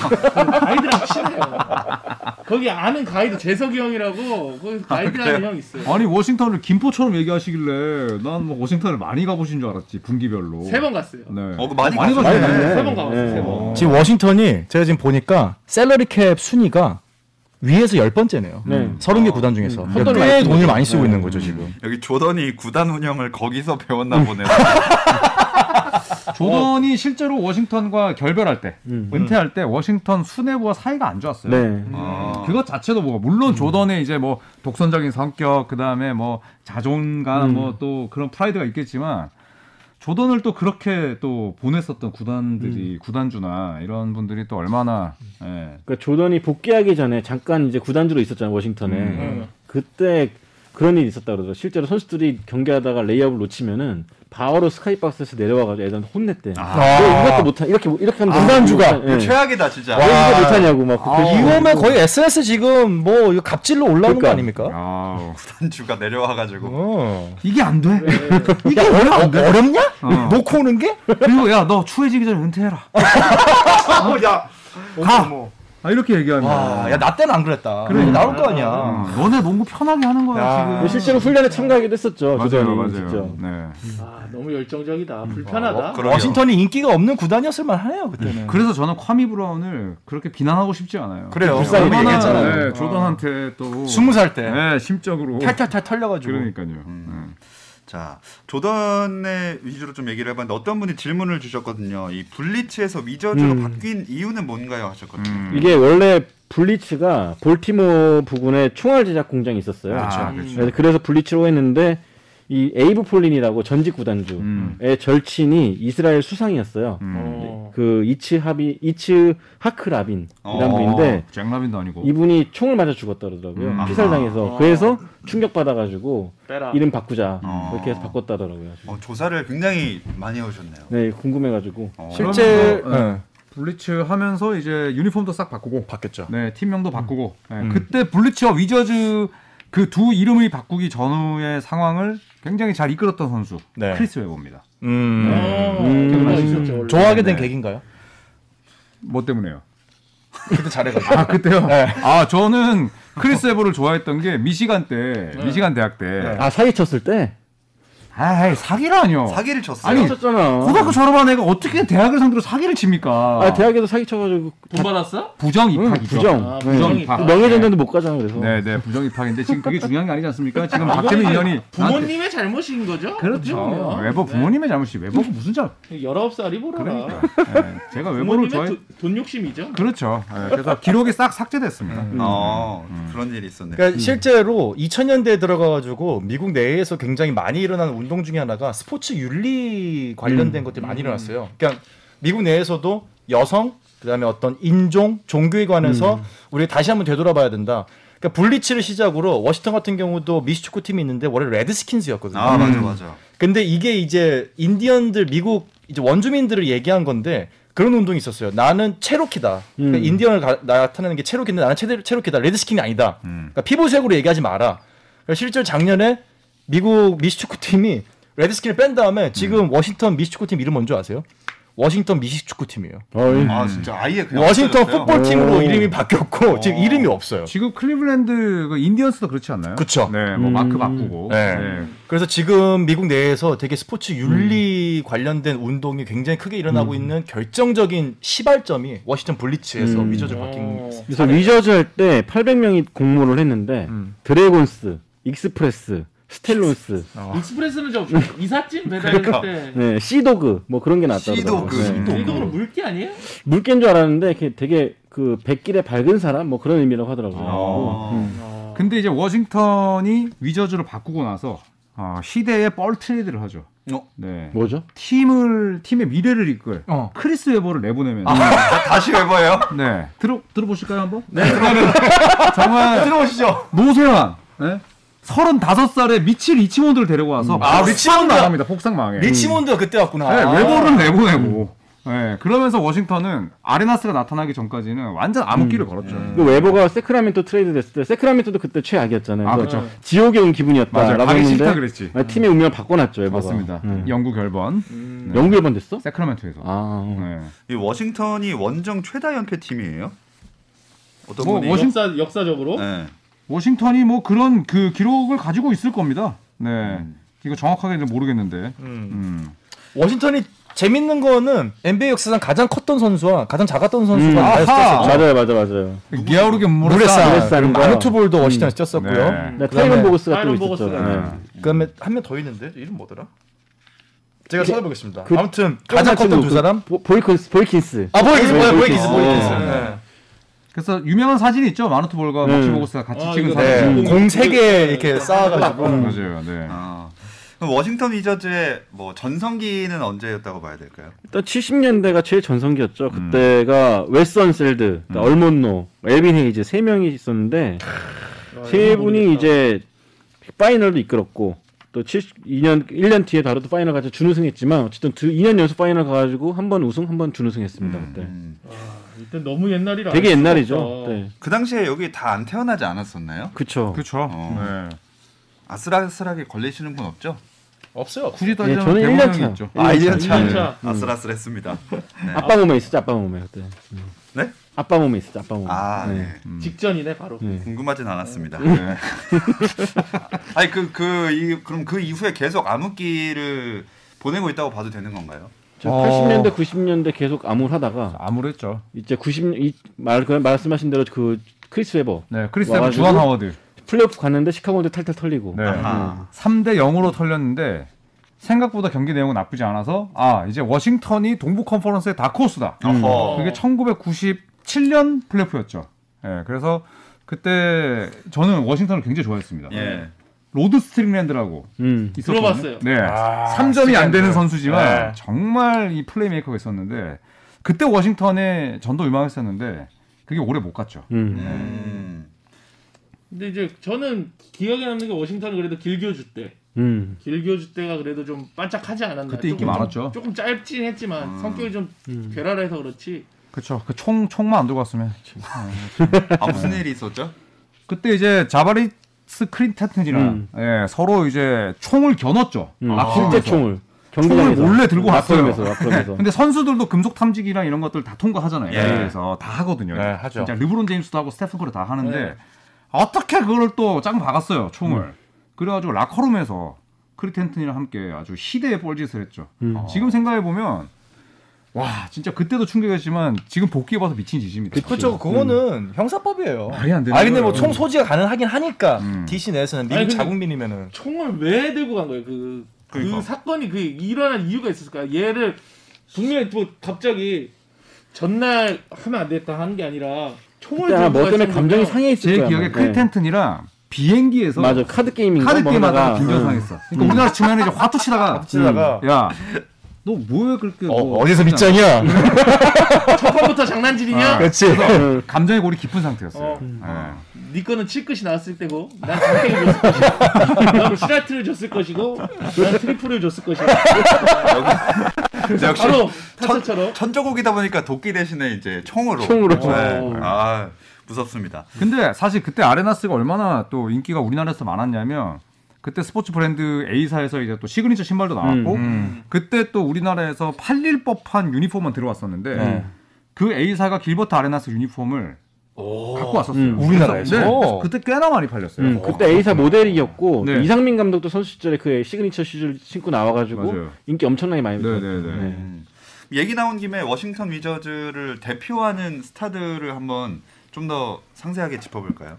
Speaker 3: 가이드랑 친해요. 거기 아는 가이드 재석이 형이라고 거기 가이드라는
Speaker 1: 그래요?
Speaker 3: 형 있어요.
Speaker 2: 아니 워싱턴을 김포처럼 얘기하시길래 난 뭐 워싱턴을 많이 가보신 줄 알았지 분기별로.
Speaker 3: 세 번 갔어요.
Speaker 2: 네.
Speaker 1: 어, 그거 많이
Speaker 2: 많이
Speaker 1: 가셨네.
Speaker 2: 가셨네.
Speaker 4: 갔네.
Speaker 3: 세 번 가봤어요.
Speaker 4: 네.
Speaker 3: 세 번.
Speaker 2: 어.
Speaker 5: 지금 워싱턴이 제가 지금 보니까 셀러리 캡 순위가 위에서 열 번째네요. 음,
Speaker 4: 네.
Speaker 5: 서른 개 구단 중에서
Speaker 4: 음.
Speaker 5: 그러니까
Speaker 4: 혼돈을
Speaker 5: 꽤
Speaker 4: 많이
Speaker 5: 돈을
Speaker 4: 쓰고
Speaker 5: 많이 쓰고
Speaker 4: 있죠.
Speaker 5: 있는 거죠 지금.
Speaker 1: 여기 조던이 구단 운영을 거기서 배웠나 보네요.
Speaker 2: 조던이 실제로 워싱턴과 결별할 때
Speaker 4: 음.
Speaker 2: 은퇴할 때 워싱턴 수뇌부와 사이가 안 좋았어요.
Speaker 4: 네.
Speaker 1: 아.
Speaker 2: 그것 자체도 뭐가 물론
Speaker 4: 음.
Speaker 2: 조던의 이제 뭐 독선적인 성격 그다음에 뭐 자존감
Speaker 4: 음.
Speaker 2: 뭐 또 그런 프라이드가 있겠지만 조던을 또 그렇게 또 보냈었던
Speaker 4: 음.
Speaker 2: 구단들이 구단주나 이런 분들이 또 얼마나 예.
Speaker 4: 그러니까 조던이 복귀하기 전에 잠깐 이제 구단주로 있었잖아요 워싱턴에.
Speaker 3: 음.
Speaker 4: 그때 그런 일이 있었다 그러죠. 실제로 선수들이 경기하다가 레이업을 놓치면은 바로 스카이박스에서 내려와가지고 애들한테 혼냈대.
Speaker 2: 아,
Speaker 5: 아.
Speaker 4: 너 이것도 못하 이렇게 이렇게 하면
Speaker 5: 구단주가.
Speaker 4: 못 예.
Speaker 1: 최악이다 진짜.
Speaker 4: 왜 이거 못하냐고 막. 그- 그
Speaker 5: 이 홈에 거의 SNS 지금 뭐 이거 갑질로 올라오는 거
Speaker 4: 그러니까.
Speaker 5: 아닙니까?
Speaker 2: 아우.
Speaker 1: 구단주가 내려와가지고
Speaker 5: 어.
Speaker 2: 이게 안 돼.
Speaker 5: 이게 어려, 어, 어렵냐? 놓고 오는 게?
Speaker 2: 그리고 야 너 추해지기 전에 은퇴해라.
Speaker 4: 어?
Speaker 5: 가.
Speaker 2: 아 이렇게 얘기하면
Speaker 5: 와, 야, 나 때는 안 그랬다.
Speaker 2: 그래.
Speaker 5: 나올 거 아니야.
Speaker 2: 음, 너네 농구 편하게 하는 거야
Speaker 5: 야.
Speaker 2: 지금.
Speaker 4: 뭐 실제로 훈련에 참가하기도 했었죠.
Speaker 2: 맞아요,
Speaker 4: 조던이,
Speaker 2: 맞아요.
Speaker 4: 진짜.
Speaker 2: 네.
Speaker 3: 아 너무 열정적이다. 불편하다.
Speaker 1: 어, 그럼요.
Speaker 5: 워싱턴이 인기가 없는 구단이었을 만하네요 그때는.
Speaker 2: 그래서 저는 콰미 브라운을 그렇게 비난하고 싶지 않아요. 그렇죠.
Speaker 1: 그래요.
Speaker 4: 불쌍해.
Speaker 1: 얼마나-
Speaker 5: 얘기했잖아요. 어.
Speaker 2: 네, 조던한테 또
Speaker 5: 스무 살 때.
Speaker 2: 네, 심적으로
Speaker 5: 탈탈탈 털려가지고.
Speaker 2: 그러니까요.
Speaker 1: 음. 자 조던의 위주로 좀 얘기를 해봤는데 어떤 분이 질문을 주셨거든요. 이 블리츠에서 위저즈로
Speaker 4: 음.
Speaker 1: 바뀐 이유는 뭔가요 하셨거든요.
Speaker 2: 음.
Speaker 4: 이게 원래 블리츠가 볼티모어 부근에 총알 제작 공장이
Speaker 5: 네,
Speaker 4: 있었어요.
Speaker 2: 아, 그렇죠.
Speaker 4: 그래서- 그래서 블리츠로 했는데 이 에이브 폴린이라고 전직 구단주의
Speaker 2: 음.
Speaker 4: 절친이 이스라엘 수상이었어요.
Speaker 3: 어.
Speaker 4: 그 이츠 하비 이츠 하크 라빈이란
Speaker 1: 어.
Speaker 4: 분인데
Speaker 2: 잭라빈도 아니고.
Speaker 4: 이분이 총을 맞아 죽었다 그러더라고요.
Speaker 2: 어. 음.
Speaker 4: 피살당해서
Speaker 3: 아.
Speaker 4: 그래서 충격 받아가지고
Speaker 3: 빼라.
Speaker 4: 이름 바꾸자
Speaker 1: 어.
Speaker 4: 이렇게 해서 바꿨다더라고요.
Speaker 1: 어, 조사를 굉장히 많이 해오셨네요.
Speaker 4: 네 궁금해가지고
Speaker 1: 어.
Speaker 5: 실제
Speaker 2: 그러면 뭐,
Speaker 5: 예,
Speaker 2: 블리츠 하면서 이제 유니폼도 싹 바꾸고
Speaker 5: 바뀌었죠.
Speaker 2: 네, 팀명도 바꾸고. 네,
Speaker 5: 음.
Speaker 2: 그때 블리츠와 위저즈 그 두 이름이 바꾸기 전후의 상황을 굉장히 잘 이끌었던 선수
Speaker 5: 네.
Speaker 2: 크리스 웨버입니다.
Speaker 5: 음.
Speaker 3: 어,
Speaker 4: 음.
Speaker 3: 그거 있었죠, 원래.
Speaker 5: 좋아하게 된
Speaker 2: 네.
Speaker 5: 계기인가요?
Speaker 2: 뭐 때문에요?
Speaker 5: 그때 잘해가지고.
Speaker 2: 아 그때요? 아 저는 크리스 에버를 좋아했던 게 미시간 때 미시간 대학 때
Speaker 4: 아 사기 쳤을 때
Speaker 2: 아 사기라뇨
Speaker 1: 사기를 쳤어요.
Speaker 2: 아니,
Speaker 4: 쳤잖아.
Speaker 2: 고등학교 졸업한 애가 어떻게 대학을 상대로 사기를 칩니까
Speaker 4: 아 대학에서 사기 쳐가지고
Speaker 3: 돈 받았어?
Speaker 2: 부정
Speaker 4: 응,
Speaker 2: 입학이죠
Speaker 4: 부정
Speaker 3: 아,
Speaker 4: 네.
Speaker 2: 부정
Speaker 3: 부정이
Speaker 2: 입학
Speaker 3: 있다.
Speaker 4: 명예전쟁도 못 가잖아 그래서
Speaker 2: 네네 부정 입학인데 지금 그게 중요한 게 아니지 않습니까 지금 박재민 의원이 나한테-
Speaker 3: 부모님의 네. 잘못인 거죠?
Speaker 2: 그렇죠 외버 부모님의 잘못이 외버가 무슨 잘못
Speaker 3: 19살이 보라.
Speaker 2: 그러니까 예, 제가 외버를
Speaker 3: 부모님의
Speaker 2: 좋아해
Speaker 3: 돈- 돈 욕심이죠.
Speaker 2: 그렇죠 예, 그래서 기록이 싹 삭제됐습니다
Speaker 1: 어, 그런 일이 있었네요.
Speaker 2: 음.
Speaker 5: 그러니까 실제로 2000년대에 들어가가지고 미국 내에서 굉장히 많이 일어나는 운동 중에 하나가 스포츠 윤리 관련된
Speaker 2: 음.
Speaker 5: 것들이 많이 일어났어요. 그러니까 미국 내에서도 여성 그다음에 어떤 인종 종교에 관해서
Speaker 2: 음.
Speaker 5: 우리 다시 한번 되돌아봐야 된다. 그러니까 블리츠를 시작으로 워싱턴 같은 경우도 미식축구 팀이 있는데 원래 레드스킨즈였거든요.
Speaker 1: 아 맞아 맞아.
Speaker 5: 근데 이게 이제 인디언들 미국 이제 원주민들을 얘기한 건데 그런 운동이 있었어요. 나는 체로키다. 그러니까
Speaker 4: 음.
Speaker 5: 인디언을 가- 나타내는 게 체로키인데 나는 체, 체로키다. 레드스킨이 아니다. 그러니까 피부색으로 얘기하지 마라. 그러니까 실제로 작년에 미국 미식축구팀이 레드스킨을 뺀 다음에 지금 워싱턴 미식축구팀 이름 뭔지 아세요? 워싱턴 미식축구팀이에요.
Speaker 4: 어이.
Speaker 1: 아 진짜 아예 그냥
Speaker 5: 음. 워싱턴
Speaker 1: 없어졌어요?
Speaker 5: 풋볼팀으로
Speaker 4: 오.
Speaker 5: 이름이 바뀌었고 지금 이름이 없어요.
Speaker 2: 지금 클리블랜드 그 인디언스도 그렇지 않나요?
Speaker 5: 그쵸.
Speaker 2: 네, 뭐
Speaker 4: 음.
Speaker 2: 마크 바꾸고.
Speaker 5: 네.
Speaker 2: 네.
Speaker 5: 그래서 지금 미국 내에서 되게 스포츠 윤리 관련된 운동이 굉장히 크게 일어나고 있는 결정적인 시발점이 워싱턴 블리츠에서
Speaker 4: 음.
Speaker 5: 위저즈 바뀐
Speaker 3: 어.
Speaker 4: 그래서
Speaker 2: 네.
Speaker 4: 위저즈 할 때 800명이 공모를 했는데
Speaker 5: 음.
Speaker 4: 드래곤스, 익스프레스, 스텔론스,
Speaker 3: 익스프레스는 저 이삿짐 배달할
Speaker 1: 그러니까.
Speaker 3: 때
Speaker 4: 네, 시도그 뭐 그런 게 나왔다고. 네.
Speaker 1: 시도그.
Speaker 4: 음.
Speaker 1: 시도그.
Speaker 3: 일동으로 물기 아니에요?
Speaker 4: 물개인 줄 알았는데 이렇게 되게 그 백길의 밝은 사람 뭐 그런 의미라고 하더라고요.
Speaker 2: 아.
Speaker 4: 음.
Speaker 1: 어.
Speaker 5: 음.
Speaker 2: 근데 이제 워싱턴이 위저즈로 바꾸고 나서 어, 시대에 뻘 트레이드를 하죠.
Speaker 1: 어?
Speaker 2: 네.
Speaker 4: 뭐죠?
Speaker 2: 팀을 팀의 미래를 이끌
Speaker 5: 어.
Speaker 2: 크리스 웨버를 내보내면
Speaker 1: 다- 다시 외버예요?
Speaker 2: 네 들어 들어보실까요 한번? 네 정말
Speaker 5: 들어오시죠.
Speaker 2: 노세환 네? 35살에 미칠 이치몬드를 데려고 와서
Speaker 5: 아,
Speaker 2: 폭삭
Speaker 5: 리치몬드!
Speaker 2: 망합니다 폭삭 망해
Speaker 5: 리치몬드가 그때 왔구나.
Speaker 2: 네,
Speaker 5: 아.
Speaker 2: 웨버를 내보내고 예, 그러면서 워싱턴은 아레나스가 나타나기 전까지는 완전 암흑기를 걸었죠. 네.
Speaker 4: 그 외버가 세크라멘토 트레이드 됐을 때 세크라멘토도 그때 최악이었잖아요.
Speaker 2: 아,
Speaker 4: 그래서
Speaker 3: 그쵸.
Speaker 4: 지옥에 온 기분이었다라고
Speaker 2: 맞아요. 가기 싫다
Speaker 4: 했는데
Speaker 2: 그랬지.
Speaker 4: 아, 팀의 운명을 바꿔놨죠. 외버가.
Speaker 2: 맞습니다.
Speaker 4: 네.
Speaker 2: 영구 결번.
Speaker 3: 음.
Speaker 2: 네.
Speaker 4: 영구 1번 됐어?
Speaker 2: 세크라멘토에서.
Speaker 4: 아,
Speaker 1: 이
Speaker 2: 네.
Speaker 1: 워싱턴이 원정 최다 연패 팀이에요. 어떤
Speaker 2: 뭐,
Speaker 1: 분이
Speaker 2: 워싱-
Speaker 3: 역사 역사적으로
Speaker 1: 네.
Speaker 2: 워싱턴이 뭐 그런 그 기록을 가지고 있을 겁니다. 네.
Speaker 4: 음.
Speaker 2: 이거 정확하게는 모르겠는데.
Speaker 5: 음.
Speaker 2: 음.
Speaker 5: 워싱턴이 재밌는 거는 NBA 역사상 가장 컸던 선수와 가장 작았던
Speaker 4: 음.
Speaker 5: 선수가
Speaker 2: 아하!
Speaker 5: 음.
Speaker 4: 맞아요, 맞아요, 맞아요.
Speaker 2: 기아오르게
Speaker 5: 무레사,
Speaker 4: 무레사는 거야.
Speaker 5: 아누투볼도 워싱턴에서 뛰었었고요.
Speaker 2: 네.
Speaker 4: 네,
Speaker 5: 그다음에-
Speaker 4: 타이런 보고스가 또
Speaker 3: 타이런
Speaker 4: 있었죠.
Speaker 3: 보고스가
Speaker 4: 네.
Speaker 2: 있었죠.
Speaker 5: 그다음에 한 명 더 있는데 이름 뭐더라? 제가 찾아보겠습니다.
Speaker 4: 그-
Speaker 5: 아무튼 가장 컸던 두
Speaker 4: 그
Speaker 5: 사람.
Speaker 4: 보- 보이킨스, 보이킨스.
Speaker 5: 아 보이키스
Speaker 4: 네,
Speaker 5: 뭐야
Speaker 4: 보이키스.
Speaker 5: 보이키스 보이키스.
Speaker 4: 어.
Speaker 5: 네.
Speaker 2: 그래서 유명한 사진이 있죠. 마누토볼과
Speaker 4: 네.
Speaker 2: 막시보고스가 같이
Speaker 3: 아,
Speaker 2: 찍은
Speaker 3: 이거
Speaker 2: 사진.
Speaker 5: 네.
Speaker 3: 음.
Speaker 5: 공세 개 이렇게 쌓아가지고.
Speaker 2: 맞아요. 네.
Speaker 1: 아. 그럼 워싱턴 위저즈의 뭐 전성기는 언제였다고 봐야 될까요?
Speaker 4: 일단 70년대가 제일 전성기였죠. 그때가 웨스턴 셀드, 그러니까 얼몬노, 엘빈 헤이즈 세 명이 있었는데
Speaker 3: 어,
Speaker 4: 세 분이 이제 파이널도 이끌었고 또 72년 1년 뒤에 바로 또 파이널 가서 준우승했지만 어쨌든 두 2년 연속 파이널 가가지고 한 번 우승, 한 번 준우승했습니다.
Speaker 5: 네.
Speaker 4: 그때
Speaker 1: 음.
Speaker 3: 일단 너무 아, 옛날이라
Speaker 4: 되게
Speaker 3: 알 수가
Speaker 4: 옛날이죠.
Speaker 3: 없죠.
Speaker 4: 네.
Speaker 1: 그 당시에 여기 다 안 태어나지 않았었나요?
Speaker 4: 그쵸.
Speaker 2: 그렇죠.
Speaker 1: 어.
Speaker 2: 네.
Speaker 1: 아슬아슬하게 걸리시는 분 없죠?
Speaker 5: 없어요.
Speaker 2: 굳이
Speaker 4: 예,
Speaker 2: 따지면
Speaker 4: 저는 1년 차.
Speaker 2: 있죠.
Speaker 1: 아,
Speaker 4: 일 년
Speaker 1: 1년
Speaker 4: 차.
Speaker 1: 차.
Speaker 3: 일 년 차.
Speaker 1: 네. 아슬아슬했습니다. 네.
Speaker 4: 아빠 몸에 있었죠. 아빠 몸에 그때. 음.
Speaker 1: 네?
Speaker 4: 아빠 몸에 있었죠. 아빠 몸에.
Speaker 1: 아, 네.
Speaker 4: 음.
Speaker 3: 직전이네 바로.
Speaker 4: 네.
Speaker 1: 궁금하진 않았습니다.
Speaker 2: 네.
Speaker 1: 아니 그그 그럼 그 이후에 계속 암흑기를 보내고 있다고 봐도 되는 건가요?
Speaker 4: 저
Speaker 2: 아.
Speaker 5: 어.
Speaker 4: 80년대, 90년대 계속 암울하다가
Speaker 2: 아무랬죠.
Speaker 4: 이제 90, 이, 말, 그 말씀하신 대로 그 크리스 웨버
Speaker 2: 네. 크리스탄
Speaker 4: 와가지고
Speaker 2: 주한 하워드.
Speaker 4: 플레이오프 갔는데 시카고한테 탈탈 털리고
Speaker 2: 네.
Speaker 1: 아하.
Speaker 2: 3대 0으로 털렸는데 생각보다 경기 내용은 나쁘지 않아서 아, 이제 워싱턴이 동부 컨퍼런스의 다크호스다.
Speaker 1: 어허.
Speaker 2: 그게 1997년 플레이오프였죠. 예, 그래서 그때 저는 워싱턴을 굉장히 좋아했습니다.
Speaker 1: 예.
Speaker 2: 로드 스트링랜드라고
Speaker 4: 음.
Speaker 2: 있었거든요.
Speaker 3: 들어봤어요.
Speaker 2: 네.
Speaker 5: 아,
Speaker 2: 3점이 안 되는 선수지만
Speaker 5: 네.
Speaker 2: 정말 이 플레이메이커가 있었는데 그때 워싱턴에 전도 유망했었는데 그게 오래 못 갔죠.
Speaker 4: 음.
Speaker 1: 음.
Speaker 3: 근데 이제 저는 기억에 남는 게 워싱턴은 그래도 길교주 때.
Speaker 4: 음.
Speaker 3: 길교주 때가 그래도 좀 반짝하지 않았나.
Speaker 2: 그때 인기
Speaker 3: 조금 좀-
Speaker 2: 많았죠. 음.
Speaker 3: 조금 짧긴 했지만 성격이 좀 괴랄해서 그렇지.
Speaker 2: 그렇죠. 그 총 총만 안 들고 갔으면
Speaker 1: 아 무슨 일이 있었죠?
Speaker 2: 그때 이제 자바리스 크린타튼이랑
Speaker 4: 음.
Speaker 2: 예, 서로 이제 총을 겨눴죠.
Speaker 4: 음.
Speaker 2: 아,
Speaker 4: 실제
Speaker 2: 실제
Speaker 4: 총을
Speaker 2: 총을
Speaker 4: 경기장에서
Speaker 2: 몰래 들고 왔어요.
Speaker 4: 앞으로면서 앞으로면서
Speaker 2: 근데 선수들도 금속 탐지기랑 이런 것들 다 통과하잖아요.
Speaker 1: 예.
Speaker 2: 그래서 다 하거든요.
Speaker 5: 네, 하죠.
Speaker 2: 진짜 르브론 제임스도 하고 스테픈 커리 다 하는데
Speaker 3: 네.
Speaker 2: 어떻게 그걸 또 짱 박았어요 총을. 그래가지고 라커룸에서 크리텐튼이랑 함께 아주 시대의 뻘짓을 했죠.
Speaker 4: 음.
Speaker 2: 어. 지금 생각해 보면 와 진짜 그때도 충격이었지만 지금 복귀해 봐서 미친 짓입니다.
Speaker 5: 그렇죠. 그거는 형사법이에요.
Speaker 2: 말이 안 되는
Speaker 5: 아 근데 뭐
Speaker 2: 거예요.
Speaker 5: 총 소지가 가능하긴 하니까
Speaker 2: 음.
Speaker 5: DC 내에서는 미국
Speaker 3: 아니, 근데- 음.
Speaker 5: 자국민이면은
Speaker 3: 총을 왜 들고 간 거예요? 그, 그
Speaker 1: 그러니까.
Speaker 3: 사건이 그 일어난 이유가 있었을까요? 얘를 분명히 뭐 갑자기 전날 하면 안 됐다 하는 게 아니라 총을
Speaker 4: 그때 아마
Speaker 3: 들고
Speaker 4: 뭐 때문에
Speaker 3: 갔으니까
Speaker 4: 감정이 상해 있을
Speaker 2: 제
Speaker 4: 거야.
Speaker 2: 기억에
Speaker 4: 아마.
Speaker 2: 크리텐튼이랑 비행기에서
Speaker 4: 네. 맞아 카드 게임인가 음.
Speaker 2: 카드 게임하다가
Speaker 4: 뭔가가.
Speaker 2: 빈정상했어. 그러니까 우리나라 측면에 이제 화투 치다가
Speaker 5: 치다가
Speaker 2: 야너 뭐야 그렇게
Speaker 5: 어,
Speaker 2: 음. 뭐
Speaker 5: 어디서
Speaker 2: 그냥
Speaker 5: 밑장이야?
Speaker 3: 첫판부터 장난질이냐?
Speaker 2: 아.
Speaker 5: 그렇지.
Speaker 2: 감정의 골이 깊은 상태였어요.
Speaker 3: 어.
Speaker 2: 예.
Speaker 3: 네 거는 칠끝이 나왔을 때고 난 장땡이 줬을 것이고 난 시라트를 줬을 것이고 난 트리플을 줬을 것이고
Speaker 1: 자, 역시
Speaker 3: 바로 타처처럼
Speaker 1: 천조국이다 보니까 도끼 대신에 이제 총으로.
Speaker 4: 총으로.
Speaker 1: 네.
Speaker 3: 어.
Speaker 1: 아 무섭습니다.
Speaker 2: 근데 사실 그때 아레나스가 얼마나 또 인기가 우리나라에서 많았냐면 그때 스포츠 브랜드 A사에서 이제 또 시그니처 신발도 나왔고 그때 또 우리나라에서 팔릴 법한 유니폼만 들어왔었는데 그 A사가 길버트 아레나스 유니폼을 갖고 왔었어요.
Speaker 4: 음.
Speaker 5: 우리나라에서?
Speaker 2: 네. 그때 꽤나 많이 팔렸어요.
Speaker 4: 음, 그때 A사 모델이었고
Speaker 2: 네.
Speaker 4: 이상민 감독도 선수 시절에 그 시그니처 슈즈를 신고 나와가지고
Speaker 2: 맞아요.
Speaker 4: 인기 엄청나게 많이
Speaker 2: 네,
Speaker 4: 받았어요.
Speaker 2: 네, 네.
Speaker 1: 음. 얘기 나온 김에 워싱턴 위저즈를 대표하는 스타들을 한번 좀 더 상세하게 짚어볼까요?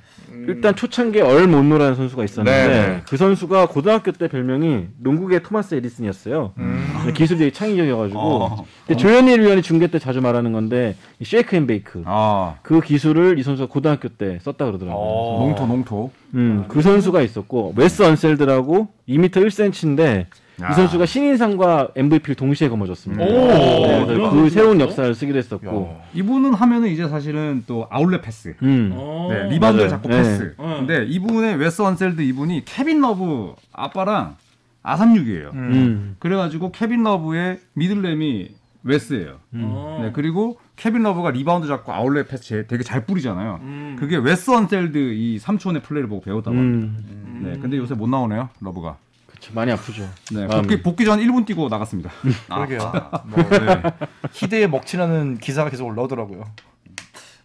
Speaker 4: 일단 초창기에 얼몬노라는 선수가 있었는데
Speaker 5: 네, 네.
Speaker 4: 그 선수가 고등학교 때 별명이 농구계 토마스 에디슨이었어요. 네, 기술적이 창의적이어가지고
Speaker 1: 어.
Speaker 4: 근데 조현일 위원이 중계 때 자주 말하는 건데 이 쉐이크 앤 베이크
Speaker 2: 아
Speaker 4: 그 기술을 이 선수가 고등학교 때 썼다
Speaker 2: 어.
Speaker 4: 그러더라고요.
Speaker 2: 농토 농토.
Speaker 4: 음, 그 선수가 있었고 웨스 언셀드라고 2m 1cm인데
Speaker 2: 아.
Speaker 4: 이 선수가 신인상과 MVP를 동시에 거머쥐었습니다.
Speaker 3: 오
Speaker 4: 네, 그래서
Speaker 3: 이런
Speaker 4: 그
Speaker 3: 분이요?
Speaker 4: 새로운 역사를 쓰기도 했었고.
Speaker 2: 이분은 하면은 이제 사실은 또 아울렛 패스.
Speaker 4: 음.
Speaker 3: 어.
Speaker 2: 네, 리바운드를
Speaker 4: 맞아요.
Speaker 2: 잡고
Speaker 4: 네.
Speaker 2: 패스.
Speaker 3: 응.
Speaker 2: 근데 이분의 웨스 언셀드 이분이 케빈 러브 아빠랑 아삼육이에요.
Speaker 4: 음.
Speaker 2: 그래가지고 케빈 러브의 미들램이 웨스예요.
Speaker 4: 음.
Speaker 3: 어.
Speaker 2: 네, 그리고 케빈 러브가 리바운드 잡고 아웃렛 패스 제- 되게 잘 뿌리잖아요.
Speaker 3: 음.
Speaker 2: 그게 웨스 언셀드 이 삼촌의 플레이를 보고 배웠다고 합니다.
Speaker 4: 음,
Speaker 2: 네, 근데 요새 못 나오네요, 러브가.
Speaker 4: 그쵸, 많이 아프죠.
Speaker 2: 네,
Speaker 4: 마음이.
Speaker 2: 복귀, 복귀 전 1분 뛰고 나갔습니다.
Speaker 5: 그러게요.
Speaker 1: 뭐,
Speaker 2: 네.
Speaker 5: 희대에 먹칠하는 기사가 계속 올라오더라고요.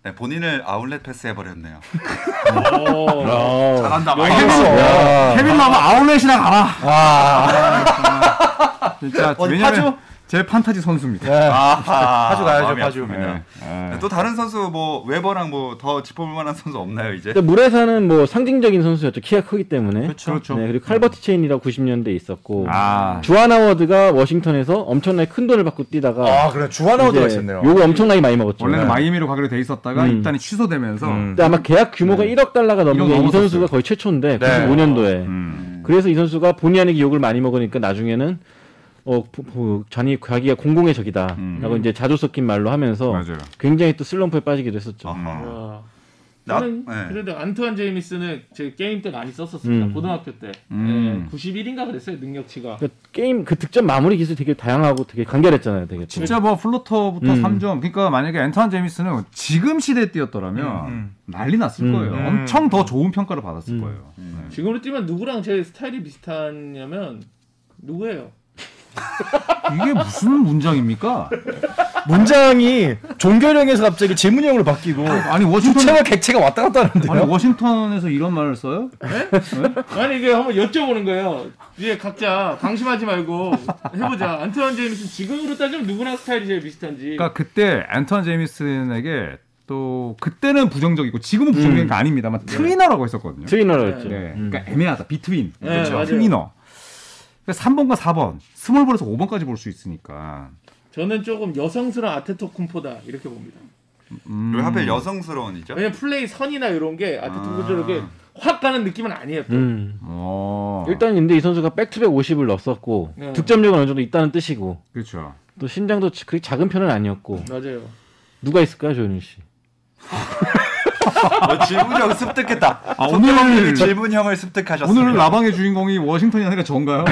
Speaker 1: 네, 본인을 아울렛 패스 해버렸네요.
Speaker 3: 어.
Speaker 1: 잘한다.
Speaker 2: 케빈 러브 아웃렛이나 가라! 아,
Speaker 5: 아,
Speaker 2: 진짜,
Speaker 5: 어디 파주?
Speaker 2: 왜냐면 제 판타지 선수입니다.
Speaker 1: 아하,
Speaker 5: 파주 가야죠,
Speaker 1: 마음이 아픕니다.
Speaker 5: 파주.
Speaker 2: 네. 네.
Speaker 1: 네, 또 다른 선수 뭐 웨버랑 뭐 더 짚어볼 만한 선수 없나요 이제?
Speaker 4: 근데 물에서는 뭐 상징적인 선수였죠. 키가 크기 때문에.
Speaker 2: 그렇죠.
Speaker 4: 네, 그리고 칼버티 체인이라고 90년대 있었고
Speaker 2: 아,
Speaker 4: 주한 하워드가 워싱턴에서 엄청나게 큰 돈을 받고 뛰다가
Speaker 5: 아, 그래 주하나우드가
Speaker 4: 이제
Speaker 5: 있었네요.
Speaker 4: 욕을 엄청나게 많이 먹었죠.
Speaker 2: 원래는
Speaker 5: 네.
Speaker 2: 마이애미로 가기로 돼 있었다가
Speaker 4: 음.
Speaker 2: 입단이 취소되면서
Speaker 5: 음.
Speaker 4: 근데 아마 계약 규모가 1억 달러가
Speaker 2: 이거
Speaker 4: 넘는 게 이
Speaker 2: 네. 넘었었어요.
Speaker 4: 선수가 거의 최초인데
Speaker 5: 네.
Speaker 4: 95년도에
Speaker 2: 음.
Speaker 4: 그래서 이 선수가 본의 아니게 욕을 많이 먹으니까 나중에는 어, 보- 보- 자기 자기가 공공의 적이다라고
Speaker 3: 음.
Speaker 4: 이제 자주 섞인 말로 하면서
Speaker 2: 맞아요.
Speaker 4: 굉장히 또 슬럼프에 빠지기도 했었죠.
Speaker 1: 아하.
Speaker 3: 와.
Speaker 1: 나-
Speaker 3: 저는
Speaker 1: 네.
Speaker 3: 그래도 안투안 제이미스는 제 게임 때 많이 썼었습니다.
Speaker 4: 음.
Speaker 3: 고등학교 때.
Speaker 2: 음.
Speaker 3: 네, 91인가 그랬어요 능력치가.
Speaker 4: 그 게임 그 득점 마무리 기술 되게 다양하고 되게 간결했잖아요. 되게
Speaker 2: 진짜 뭐 플로터부터
Speaker 4: 음.
Speaker 2: 3점. 그러니까 만약에 앤턴 제임스는 지금 시대에 뛰었더라면
Speaker 5: 음.
Speaker 2: 난리 났을
Speaker 4: 음.
Speaker 2: 거예요.
Speaker 5: 음.
Speaker 2: 엄청 더 좋은 평가를 받았을
Speaker 4: 음.
Speaker 2: 거예요. 네.
Speaker 3: 지금으로 뛰면 누구랑 제 스타일이 비슷하냐면 누구예요?
Speaker 2: 이게 무슨 문장입니까?
Speaker 5: 문장이 종결형에서 갑자기 질문형으로 바뀌고
Speaker 2: 아니 워싱턴
Speaker 5: 주체와 객체가 왔다 갔다 하는데요.
Speaker 2: 아니 뭐, 워싱턴에서 이런 말을 써요?
Speaker 3: 아니 이게 한번 여쭤보는 거예요. 이제 각자 방심하지 말고 해보자. 안투안 제임스 지금으로 따지면 누구랑 스타일이 제일 비슷한지.
Speaker 2: 그러니까 그때 앤턴 제임슨에게 또 그때는 부정적이고 지금은 부정적인 게 아닙니다만 트위너라고 했었거든요.
Speaker 4: 트위너였죠.
Speaker 2: 네.
Speaker 4: 음.
Speaker 2: 그러니까 애매하다. 비트윈. 그렇죠.
Speaker 3: 네, 맞아요.
Speaker 2: 트위너. 그러니까 3번과 4번. 스몰볼에서 5번까지 볼 수 있으니까.
Speaker 3: 저는 조금 여성스러운 아테토쿤포다 이렇게 봅니다.
Speaker 2: 음.
Speaker 1: 음. 하필 여성스러운이죠?
Speaker 3: 왜냐면 플레이 선이나 이런 게
Speaker 1: 아.
Speaker 3: 아테토쿤포 이렇게 확 가는 느낌은 아니에요. 또.
Speaker 4: 음.
Speaker 2: 어.
Speaker 4: 일단 근데 이 선수가 백투백 50을 넣었었고
Speaker 3: 네.
Speaker 4: 득점력은 어느 정도 있다는 뜻이고
Speaker 2: 그렇죠.
Speaker 4: 또 신장도 지- 그렇게 작은 편은 아니었고
Speaker 3: 맞아요.
Speaker 4: 누가 있을까요, 조윤 씨?
Speaker 1: 어, 질문형 습득했다.
Speaker 2: 아,
Speaker 1: 오늘
Speaker 2: 오늘-
Speaker 1: 질문형을 습득하셨습니다.
Speaker 2: 오늘 라방의 주인공이 워싱턴이 아니라 전가요?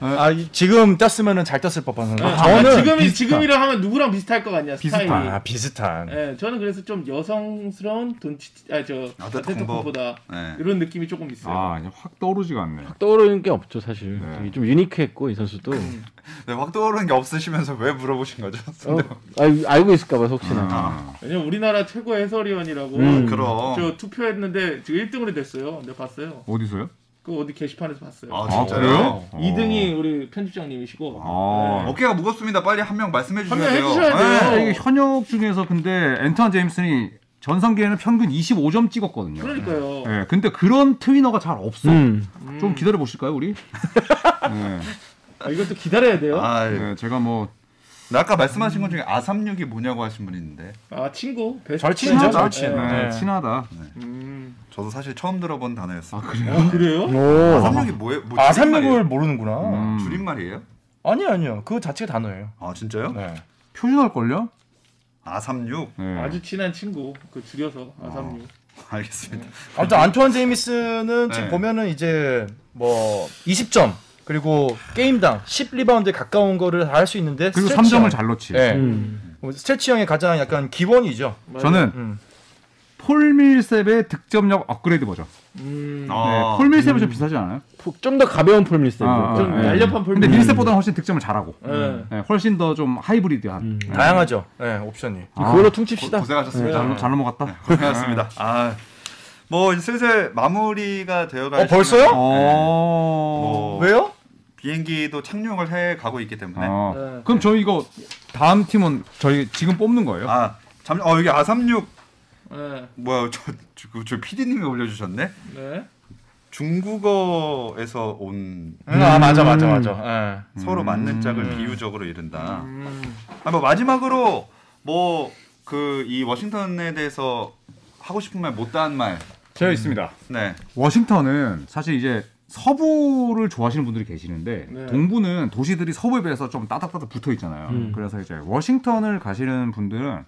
Speaker 5: 아, 이- 지금 떴으면은 잘 떴을 법한
Speaker 3: 아,
Speaker 5: 아, 저는
Speaker 3: 지금이 지금이라 하면 누구랑 비슷할 것 같냐
Speaker 2: 비슷한.
Speaker 3: 스타일이.
Speaker 5: 아, 비슷한.
Speaker 3: 예, 저는 그래서 좀 여성스러운 돈치 아저
Speaker 1: 아테토쿤보.
Speaker 3: 아테토쿤보다
Speaker 1: 네.
Speaker 3: 이런 느낌이 조금 있어요.
Speaker 2: 아, 그냥 확 떠오르지가 않네.
Speaker 4: 떠오르는 게 없죠, 사실.
Speaker 2: 네.
Speaker 4: 되게 좀 유니크했고 이 선수도
Speaker 3: 음.
Speaker 1: 네, 확 떠오르는 게 없으시면서 왜 물어보신 거죠?
Speaker 4: 어, 알, 알고 있을까 봐 혹시나.
Speaker 2: 아,
Speaker 3: 왜냐면 우리나라 최고 해설위원이라고
Speaker 4: 음.
Speaker 1: 그럼.
Speaker 3: 저 투표했는데 지금 1등으로 됐어요. 내가 봤어요.
Speaker 2: 어디서요?
Speaker 3: 그 어디 게시판에서 봤어요.
Speaker 1: 아,
Speaker 2: 아,
Speaker 1: 진짜요?
Speaker 2: 그래요?
Speaker 3: 2등이 우리 편집장님이시고
Speaker 2: 아.
Speaker 1: 어깨가 무겁습니다. 빨리 한 명 말씀해 주셔야
Speaker 3: 한명
Speaker 1: 돼요. 네.
Speaker 3: 해주셔야
Speaker 2: 아,
Speaker 3: 돼요.
Speaker 2: 이게 현역 중에서 근데 앤턴 제임슨이 전성기에는 평균 25점 찍었거든요.
Speaker 3: 그러니까요.
Speaker 2: 예, 근데 그런 트위너가 잘 없어.
Speaker 4: 음.
Speaker 2: 좀 기다려 보실까요, 우리? 네,
Speaker 3: 아, 이것도 기다려야 돼요. 아,
Speaker 1: 아, 예.
Speaker 2: 네, 제가 뭐
Speaker 1: 나 아까 말씀하신 것 중에 아삼육이 뭐냐고 하신 분이 있는데
Speaker 3: 아, 친구 베스트
Speaker 5: 절친이죠,
Speaker 3: 프렌드?
Speaker 5: 절친.
Speaker 3: 예.
Speaker 2: 네,
Speaker 5: 네.
Speaker 2: 친하다.
Speaker 3: 음.
Speaker 1: 저도 사실 처음 들어본 단어였어요.
Speaker 3: 아,
Speaker 2: 네.
Speaker 3: 그래요?
Speaker 4: 오.
Speaker 1: 아삼육이 뭐예요? 뭐
Speaker 5: 아,
Speaker 1: 줄임말이에요?
Speaker 5: 삼육을 모르는구나.
Speaker 2: 음.
Speaker 1: 줄임말이에요?
Speaker 5: 아니 아니요. 그거 자체가 단어예요.
Speaker 1: 아 진짜요?
Speaker 5: 네.
Speaker 2: 표준할 걸요?
Speaker 1: 아삼육
Speaker 2: 네.
Speaker 3: 아주 친한 친구 그 줄여서 아삼류.
Speaker 1: 알겠습니다.
Speaker 5: 아무튼 안토한 제이미스는
Speaker 1: 네.
Speaker 5: 지금 보면은 이제 뭐 20점 그리고 게임당 10 리바운드에 가까운 거를 다 할 수 있는데
Speaker 2: 그리고
Speaker 5: 스트레치
Speaker 2: 3점을
Speaker 5: 형.
Speaker 2: 잘 넣지.
Speaker 5: 예.
Speaker 4: 음.
Speaker 5: 뭐 스트레치 형의 가장 약간 기원이죠.
Speaker 3: 맞아요.
Speaker 2: 저는
Speaker 5: 음.
Speaker 2: 폴 밀셉의 득점력 업그레이드 버전.
Speaker 3: 음.
Speaker 1: 아,
Speaker 2: 네, 폴 밀셉은 좀 비슷하지 않아요?
Speaker 4: 좀 더 가벼운 폴 밀스터. 네.
Speaker 2: 아,
Speaker 3: 좀
Speaker 2: 예.
Speaker 3: 날렵한 폴
Speaker 2: 근데
Speaker 3: 밀셉.
Speaker 2: 밀셉보다는 훨씬 득점을 잘하고.
Speaker 3: 예.
Speaker 2: 네, 훨씬 더 좀 하이브리드한.
Speaker 4: 음.
Speaker 2: 네.
Speaker 5: 다양하죠. 예, 옵션이.
Speaker 2: 아,
Speaker 1: 고,
Speaker 4: 그걸로 퉁칩시다.
Speaker 1: 고생하셨습니다.
Speaker 2: 네,
Speaker 1: 네,
Speaker 2: 잘, 잘 넘어갔다.
Speaker 1: 고생하셨습니다. 아, 뭐 이제 슬슬 마무리가 되어갈
Speaker 5: 어, 벌써요?
Speaker 1: 시간-
Speaker 2: 어.
Speaker 1: 네. 뭐
Speaker 5: 왜요?
Speaker 1: 비행기도 착륙을 해 가고 있기 때문에
Speaker 2: 어.
Speaker 3: 네.
Speaker 2: 그럼 저희 이거 다음 팀은 저희 지금 뽑는 거예요?
Speaker 1: 아 잠시 어 여기 아삼육
Speaker 3: 예.
Speaker 1: 뭐야 저저 저 PD님이 올려주셨네
Speaker 3: 네.
Speaker 1: 중국어에서 온
Speaker 5: 음, 아 맞아 맞아 맞아. 예.
Speaker 1: 서로 맞는 짝을 비유적으로 이른다.
Speaker 3: 음.
Speaker 1: 아, 뭐 마지막으로 뭐 그 이 워싱턴에 대해서 하고 싶은 말 못다한 말.
Speaker 2: 제가 있습니다.
Speaker 1: 네.
Speaker 2: 워싱턴은 사실 이제 서부를 좋아하시는 분들이 계시는데
Speaker 3: 네.
Speaker 2: 동부는 도시들이 서부에 비해서 좀 따닥따닥 붙어 있잖아요. 그래서 이제 워싱턴을 가시는 분들은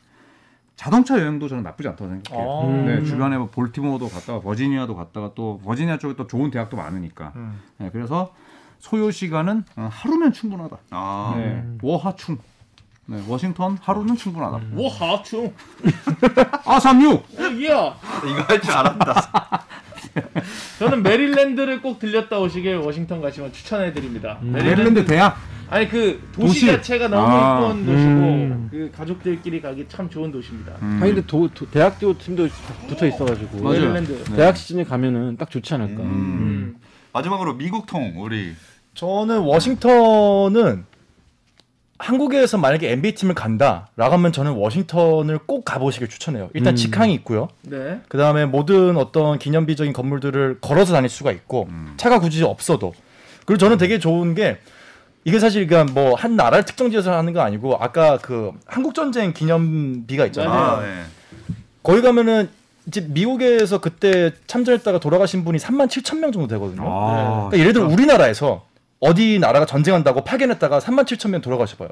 Speaker 2: 자동차 여행도 저는 나쁘지 않다고 생각해요.
Speaker 5: 어.
Speaker 2: 네, 주변에 뭐 볼티모어도 갔다가 버지니아도 갔다가 또 버지니아 쪽에 또 좋은 대학도 많으니까. 네, 그래서 소요 시간은 어, 하루면 충분하다.
Speaker 1: 아.
Speaker 2: 네, 워하충. 네, 워싱턴 하루는 충분하다.
Speaker 3: 뭐 하충?
Speaker 2: 아 36.
Speaker 3: 어, 이야.
Speaker 1: 이거 할 줄 알았다.
Speaker 3: 저는 메릴랜드를 꼭 들렸다 오시길 워싱턴 가시면 추천해 드립니다.
Speaker 5: 음.
Speaker 2: 메릴랜드 대학.
Speaker 3: 아니 그 도시,
Speaker 2: 도시.
Speaker 3: 자체가 너무
Speaker 2: 아. 음.
Speaker 3: 이쁜 도시고 그 가족들끼리 가기 참 좋은 도시입니다.
Speaker 4: 아니 근데 도, 도- 대학교 팀도 붙어 있어가지고
Speaker 2: 맞아요.
Speaker 3: 메릴랜드.
Speaker 2: 네.
Speaker 4: 대학 시즌에 가면은 딱 좋지 않을까.
Speaker 3: 음.
Speaker 1: 마지막으로 미국 통 우리
Speaker 5: 저는 워싱턴은 한국에서 만약에 NBA 팀을 간다라고 하면 저는 워싱턴을 꼭 가보시길 추천해요. 일단
Speaker 4: 음.
Speaker 5: 직항이 있고요.
Speaker 3: 네.
Speaker 5: 그 다음에 모든 어떤 기념비적인 건물들을 걸어서 다닐 수가 있고 차가 굳이 없어도 그리고 저는 되게 좋은 게 이게 사실 그냥 뭐 한 나라를 특정 지에서 하는 거 아니고 아까 그 한국 전쟁 기념비가 있잖아요.
Speaker 3: 맞아요.
Speaker 1: 아, 네.
Speaker 5: 거기 가면은 이제 미국에서 그때 참전했다가 돌아가신 분이 3만 7천 명 정도 되거든요.
Speaker 2: 아,
Speaker 5: 그러니까 예를 들어
Speaker 4: 그렇죠.
Speaker 5: 우리나라에서 어디 나라가 전쟁한다고 파견했다가 3만 7천 명 돌아가셔 봐요.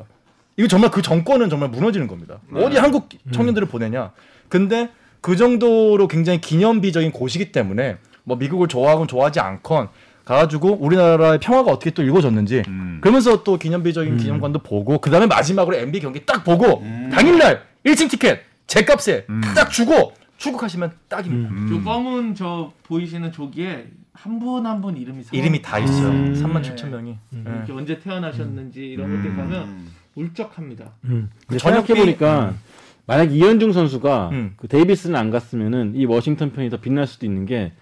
Speaker 5: 이거 정말 그 정권은 정말 무너지는 겁니다.
Speaker 4: 네.
Speaker 5: 어디 한국
Speaker 4: 음.
Speaker 5: 청년들을 보내냐. 근데 그 정도로 굉장히 기념비적인 곳이기 때문에 뭐 미국을 좋아하건 좋아하지 않건 가가지고 우리나라의 평화가 어떻게 또 이루어졌는지
Speaker 1: 음.
Speaker 5: 그러면서 또
Speaker 4: 음.
Speaker 5: 기념비적인 기념관도 보고 그 다음에 마지막으로 MB 경기 딱 보고 당일날 1층 티켓 제값에
Speaker 4: 음.
Speaker 5: 딱 주고 출국하시면 딱입니다.
Speaker 3: 저 껌은 저 보이시는 조기에 한 분 한 분 이름이 사-
Speaker 5: 이름이 다 있어요.
Speaker 4: 음.
Speaker 5: 3만 7천 명이. 예.
Speaker 3: 이렇게 언제 태어나셨는지 이런 것들 가면
Speaker 1: 음.
Speaker 3: 울적합니다.
Speaker 4: 근데
Speaker 5: 저녁
Speaker 4: 생각해 보니까 만약 이현중 선수가
Speaker 5: 음.
Speaker 4: 그 데이비스는 안 갔으면은 이 워싱턴 편이 더 빛날 수도 있는 게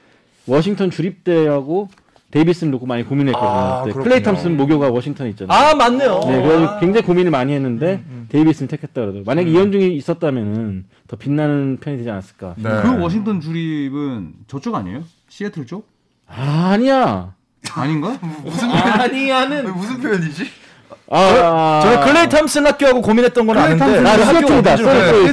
Speaker 4: 워싱턴 주립대하고 데이비스는 놓고 많이 고민했거든요.
Speaker 5: 아,
Speaker 4: 그때
Speaker 5: 그렇군요.
Speaker 4: 클레이 탐슨 모교가 워싱턴에 있잖아요.
Speaker 5: 아 맞네요.
Speaker 4: 네, 그래서
Speaker 5: 아. 음,
Speaker 4: 굉장히 고민을 많이 했는데 데이비스는 택했다 그러더라고요. 만약 에 이현중이 있었다면은 더 빛나는 편이 되지 않았을까.
Speaker 5: 네.
Speaker 2: 그 워싱턴 주립은 저쪽 아니에요? 시애틀 쪽?
Speaker 4: 아, 아니야.
Speaker 2: 아닌가?
Speaker 1: 무슨
Speaker 2: 네.
Speaker 1: 음.
Speaker 3: 아니야는
Speaker 1: 무슨 표현이지?
Speaker 4: 아, 아,
Speaker 5: 저는
Speaker 4: 아.
Speaker 5: 클레이 탐슨 학교하고 고민했던 건
Speaker 2: 클레이
Speaker 5: 아는데
Speaker 2: 탐슨
Speaker 4: 아,
Speaker 5: 그 학교
Speaker 4: 시애틀이다.
Speaker 5: 어딘지를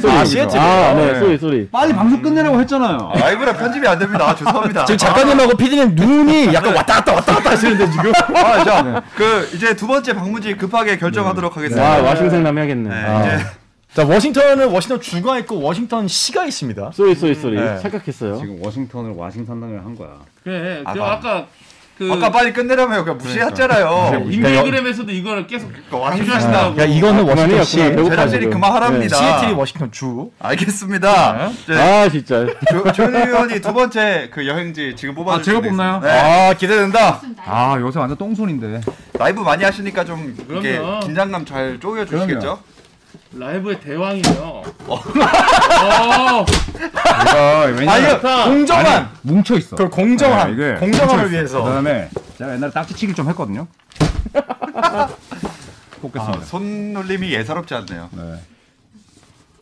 Speaker 4: 쏘리, 쏘리,
Speaker 5: 몰라요.
Speaker 4: 쏘리.
Speaker 5: 아 시애틀.
Speaker 4: 아, 네,
Speaker 2: 네.
Speaker 4: 쏘리, 쏘리.
Speaker 2: 빨리 방송 끝내라고 했잖아요.
Speaker 1: 라이브라 편집이 안 됩니다. 아, 죄송합니다.
Speaker 5: 지금 작가님하고 피디님 눈이 약간 왔다 갔다 왔다 갔다 하시는데 지금.
Speaker 1: 아, 자,
Speaker 2: 네.
Speaker 1: 그 이제 두 번째 방문지 급하게 결정하도록
Speaker 5: 네.
Speaker 1: 하겠습니다.
Speaker 4: 아, 와, 와싱생남 해야겠네.
Speaker 1: 네,
Speaker 4: 아.
Speaker 1: 이제
Speaker 5: 자 워싱턴은 워싱턴 주가 있고 워싱턴 시가 있습니다.
Speaker 4: 쏘리, 쏘리, 쏘리.
Speaker 5: 네.
Speaker 4: 착각했어요.
Speaker 2: 지금 워싱턴을 와싱탄당을 한 거야.
Speaker 3: 네. 그래.
Speaker 1: 아까-
Speaker 3: 저 아까 그
Speaker 1: 아까 뭐 빨리 끝내라며 그냥
Speaker 2: 네.
Speaker 1: 무시했잖아요.
Speaker 3: 인스타그램에서 도 이거를 계속 강조하신다고.
Speaker 5: 야 이거는 워싱턴 시.
Speaker 4: 아, 그만해요, 그만.
Speaker 1: 제작진이 그만하랍니다.
Speaker 5: 시애틀이 워싱턴 주.
Speaker 2: 네.
Speaker 1: 알겠습니다. 이제
Speaker 4: 아, 진짜.
Speaker 1: 조- 조현우 의원이 두 번째 그 여행지 지금 뽑아
Speaker 2: 아, 제가 뽑나요?
Speaker 1: 아 기대된다.
Speaker 2: 아 요새 완전 똥손인데.
Speaker 1: 라이브 많이 하시니까 좀 이렇게
Speaker 3: 그럼요.
Speaker 1: 긴장감 잘 쪼여 주시겠죠?
Speaker 3: 라이브의 대왕이에요. 어.
Speaker 2: 내가 왠지
Speaker 5: 아 이거
Speaker 3: 좋다.
Speaker 5: 공정한.
Speaker 2: 뭉쳐 있어.
Speaker 5: 그
Speaker 2: 네,
Speaker 5: 공정한. 공정함을 위해서.
Speaker 2: 그다음에 제가 옛날에 딱지치기를 좀 했거든요. 뽑겠습니다.
Speaker 1: 손놀림이 예사롭지 않네요.
Speaker 2: 네.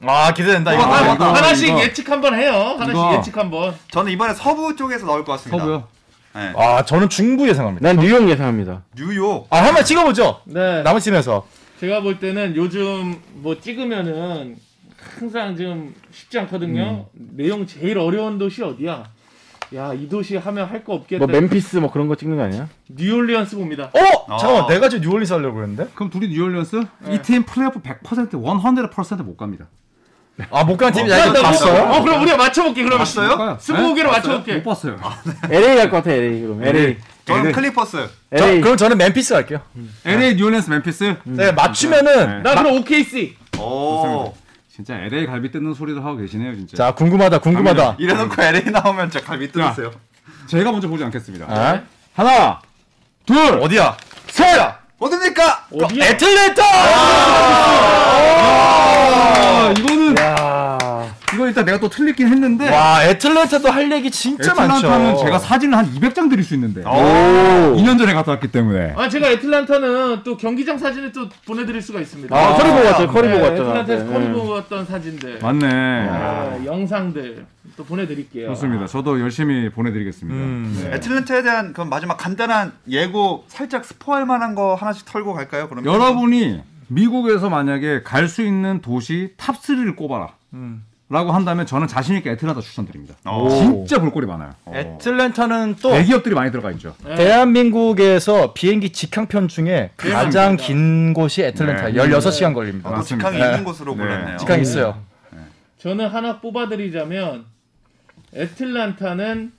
Speaker 5: 아 기대된다
Speaker 3: 아,
Speaker 5: 이거.
Speaker 2: 이거,
Speaker 3: 하나씩
Speaker 2: 이거.
Speaker 3: 예측 한번 해요. 하나씩
Speaker 2: 이거.
Speaker 3: 예측 한번.
Speaker 1: 저는 이번에 서부 쪽에서 나올 것 같습니다.
Speaker 2: 서부요.
Speaker 1: 네.
Speaker 5: 아 저는 중부 예상합니다.
Speaker 4: 난 뉴욕 예상합니다.
Speaker 1: 뉴욕.
Speaker 5: 아 한번 찍어보죠.
Speaker 3: 네.
Speaker 5: 남은 팀에서.
Speaker 3: 제가 볼 때는 요즘 뭐 찍으면은 항상 좀 쉽지 않거든요. 내용 제일 어려운 도시 어디야? 야, 이 도시 하면 할 거 없겠다.
Speaker 4: 뭐 멤피스 뭐 그런 거 찍는 거 아니야?
Speaker 3: 뉴올리언스 봅니다.
Speaker 5: 어
Speaker 1: 아.
Speaker 5: 잠깐만 내가 지금 뉴올리스 하려고 그랬는데.
Speaker 2: 그럼 둘이 뉴올리언스? 이 팀 플레이오프 100% 100%못 갑니다.
Speaker 5: 아못 가는 팀이 야
Speaker 3: 나
Speaker 5: 이거
Speaker 3: 뭐-
Speaker 5: 봤어요?
Speaker 3: 어, 그럼 우리가 맞춰볼게. 그러면
Speaker 1: 봤어요?
Speaker 2: 가요.
Speaker 3: 스무고개로
Speaker 2: 네?
Speaker 3: 맞춰볼게.
Speaker 2: 못 봤어요.
Speaker 4: LA 갈 것 같아, LA. 그럼
Speaker 2: 네.
Speaker 4: LA.
Speaker 1: 저는 클리퍼스.
Speaker 5: 저,
Speaker 4: LA.
Speaker 5: 그럼 저는 멤피스 갈게요.
Speaker 2: LA 뉴올리언스 멤피스.
Speaker 5: 네, 맞추면은
Speaker 3: 나 그럼 OKC.
Speaker 1: 오.
Speaker 2: 진짜 LA 갈비 뜯는 소리를 하고 계시네요, 진짜.
Speaker 5: 자 궁금하다 궁금하다.
Speaker 1: 이래놓고 LA 나오면 진짜 갈비 뜯으세요.
Speaker 2: 제가 먼저 보지 않겠습니다.
Speaker 5: 아?
Speaker 2: 하나, 둘,
Speaker 5: 어디야?
Speaker 1: 세! 어딥니까?
Speaker 3: 어디야?
Speaker 2: 아, 이거는
Speaker 5: 야.
Speaker 2: 이거 일단 내가 또 틀리긴 했는데.
Speaker 5: 와 애틀랜타도 할 얘기 진짜 많죠.
Speaker 2: 애틀란타는 제가 사진을 한 200장 드릴 수 있는데.
Speaker 4: 오.
Speaker 2: 2년 전에 갔다 왔기 때문에.
Speaker 3: 아, 제가 애틀란타는 또 경기장 사진을 또 보내드릴 수가 있습니다.
Speaker 4: 아, 커리 보고 왔잖아. 커리
Speaker 3: 네,
Speaker 4: 보고 왔잖아.
Speaker 3: 애틀란타에서
Speaker 4: 네.
Speaker 3: 커리 보고 왔던 사진들.
Speaker 2: 맞네.
Speaker 3: 아, 영상들 또 보내드릴게요.
Speaker 2: 좋습니다. 저도 열심히 보내드리겠습니다. 네.
Speaker 5: 음.
Speaker 1: 애틀랜타에 대한 그럼 마지막 간단한 예고 살짝 스포할 만한 거 하나씩 털고 갈까요? 그러면
Speaker 2: 여러분이 미국에서 만약에 갈 수 있는 도시 탑3를 꼽아라. 라고 한다면 저는 자신있게 애틀란타 추천드립니다.
Speaker 1: 오.
Speaker 2: 진짜 볼거리 많아요.
Speaker 5: 애틀랜타는 또
Speaker 2: 대기업들이 많이 들어가 있죠.
Speaker 3: 네.
Speaker 5: 대한민국에서 비행기 직항편 중에 가장
Speaker 3: 대박입니다.
Speaker 5: 긴 곳이 애틀랜타.
Speaker 2: 네.
Speaker 5: 16시간 걸립니다.
Speaker 1: 또
Speaker 2: 맞습니다.
Speaker 1: 직항이
Speaker 5: 네.
Speaker 1: 있는 곳으로
Speaker 2: 네.
Speaker 1: 골랐네요.
Speaker 5: 직항 있어요.
Speaker 3: 저는 하나 뽑아드리자면 애틀란타는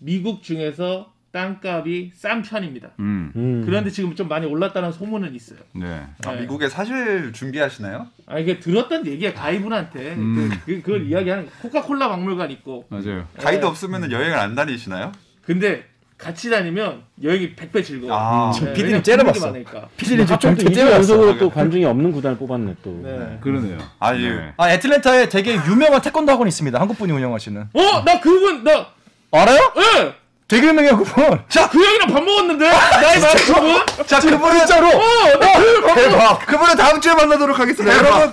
Speaker 3: 미국 중에서 땅값이 싼 편입니다.
Speaker 2: 음.
Speaker 4: 음.
Speaker 3: 그런데 지금 좀 많이 올랐다는 소문은 있어요.
Speaker 2: 네.
Speaker 1: 아,
Speaker 3: 네.
Speaker 1: 미국에 사실 준비하시나요?
Speaker 3: 아 이게 들었던 얘기야 가이분한테
Speaker 2: 음.
Speaker 3: 그, 그, 그걸 이야기하는 코카콜라 박물관 있고
Speaker 2: 맞아요.
Speaker 1: 가이드
Speaker 3: 네.
Speaker 1: 없으면 여행을 안 다니시나요?
Speaker 3: 근데 같이 다니면 여행이 100배 즐거워.
Speaker 1: 아.
Speaker 3: 네,
Speaker 5: 피디님
Speaker 3: 왜냐면
Speaker 5: 째려봤어.
Speaker 3: 보는 게 많으니까.
Speaker 5: 피디님 지금
Speaker 4: 하필 또
Speaker 5: 정체
Speaker 4: 2주
Speaker 5: 째려갔어.
Speaker 4: 연속으로 또 관중이 없는 구단을 뽑았네 또.
Speaker 3: 네.
Speaker 2: 그러네요.
Speaker 1: 아니,
Speaker 2: 네.
Speaker 5: 아 애틀랜타에 되게 유명한 태권도 학원이 있습니다. 한국 분이 운영하시는.
Speaker 3: 어, 나 그분 나
Speaker 5: 알아요?
Speaker 3: 예!
Speaker 5: 되게 유명해요 그분.
Speaker 3: 그 형이랑 밥 먹었는데 나이 많은 그분?
Speaker 1: 자, 그분은
Speaker 5: 진짜로.
Speaker 3: 어, 나
Speaker 1: 대박. 그분은 다음 주에 만나도록 하겠습니다. 여러분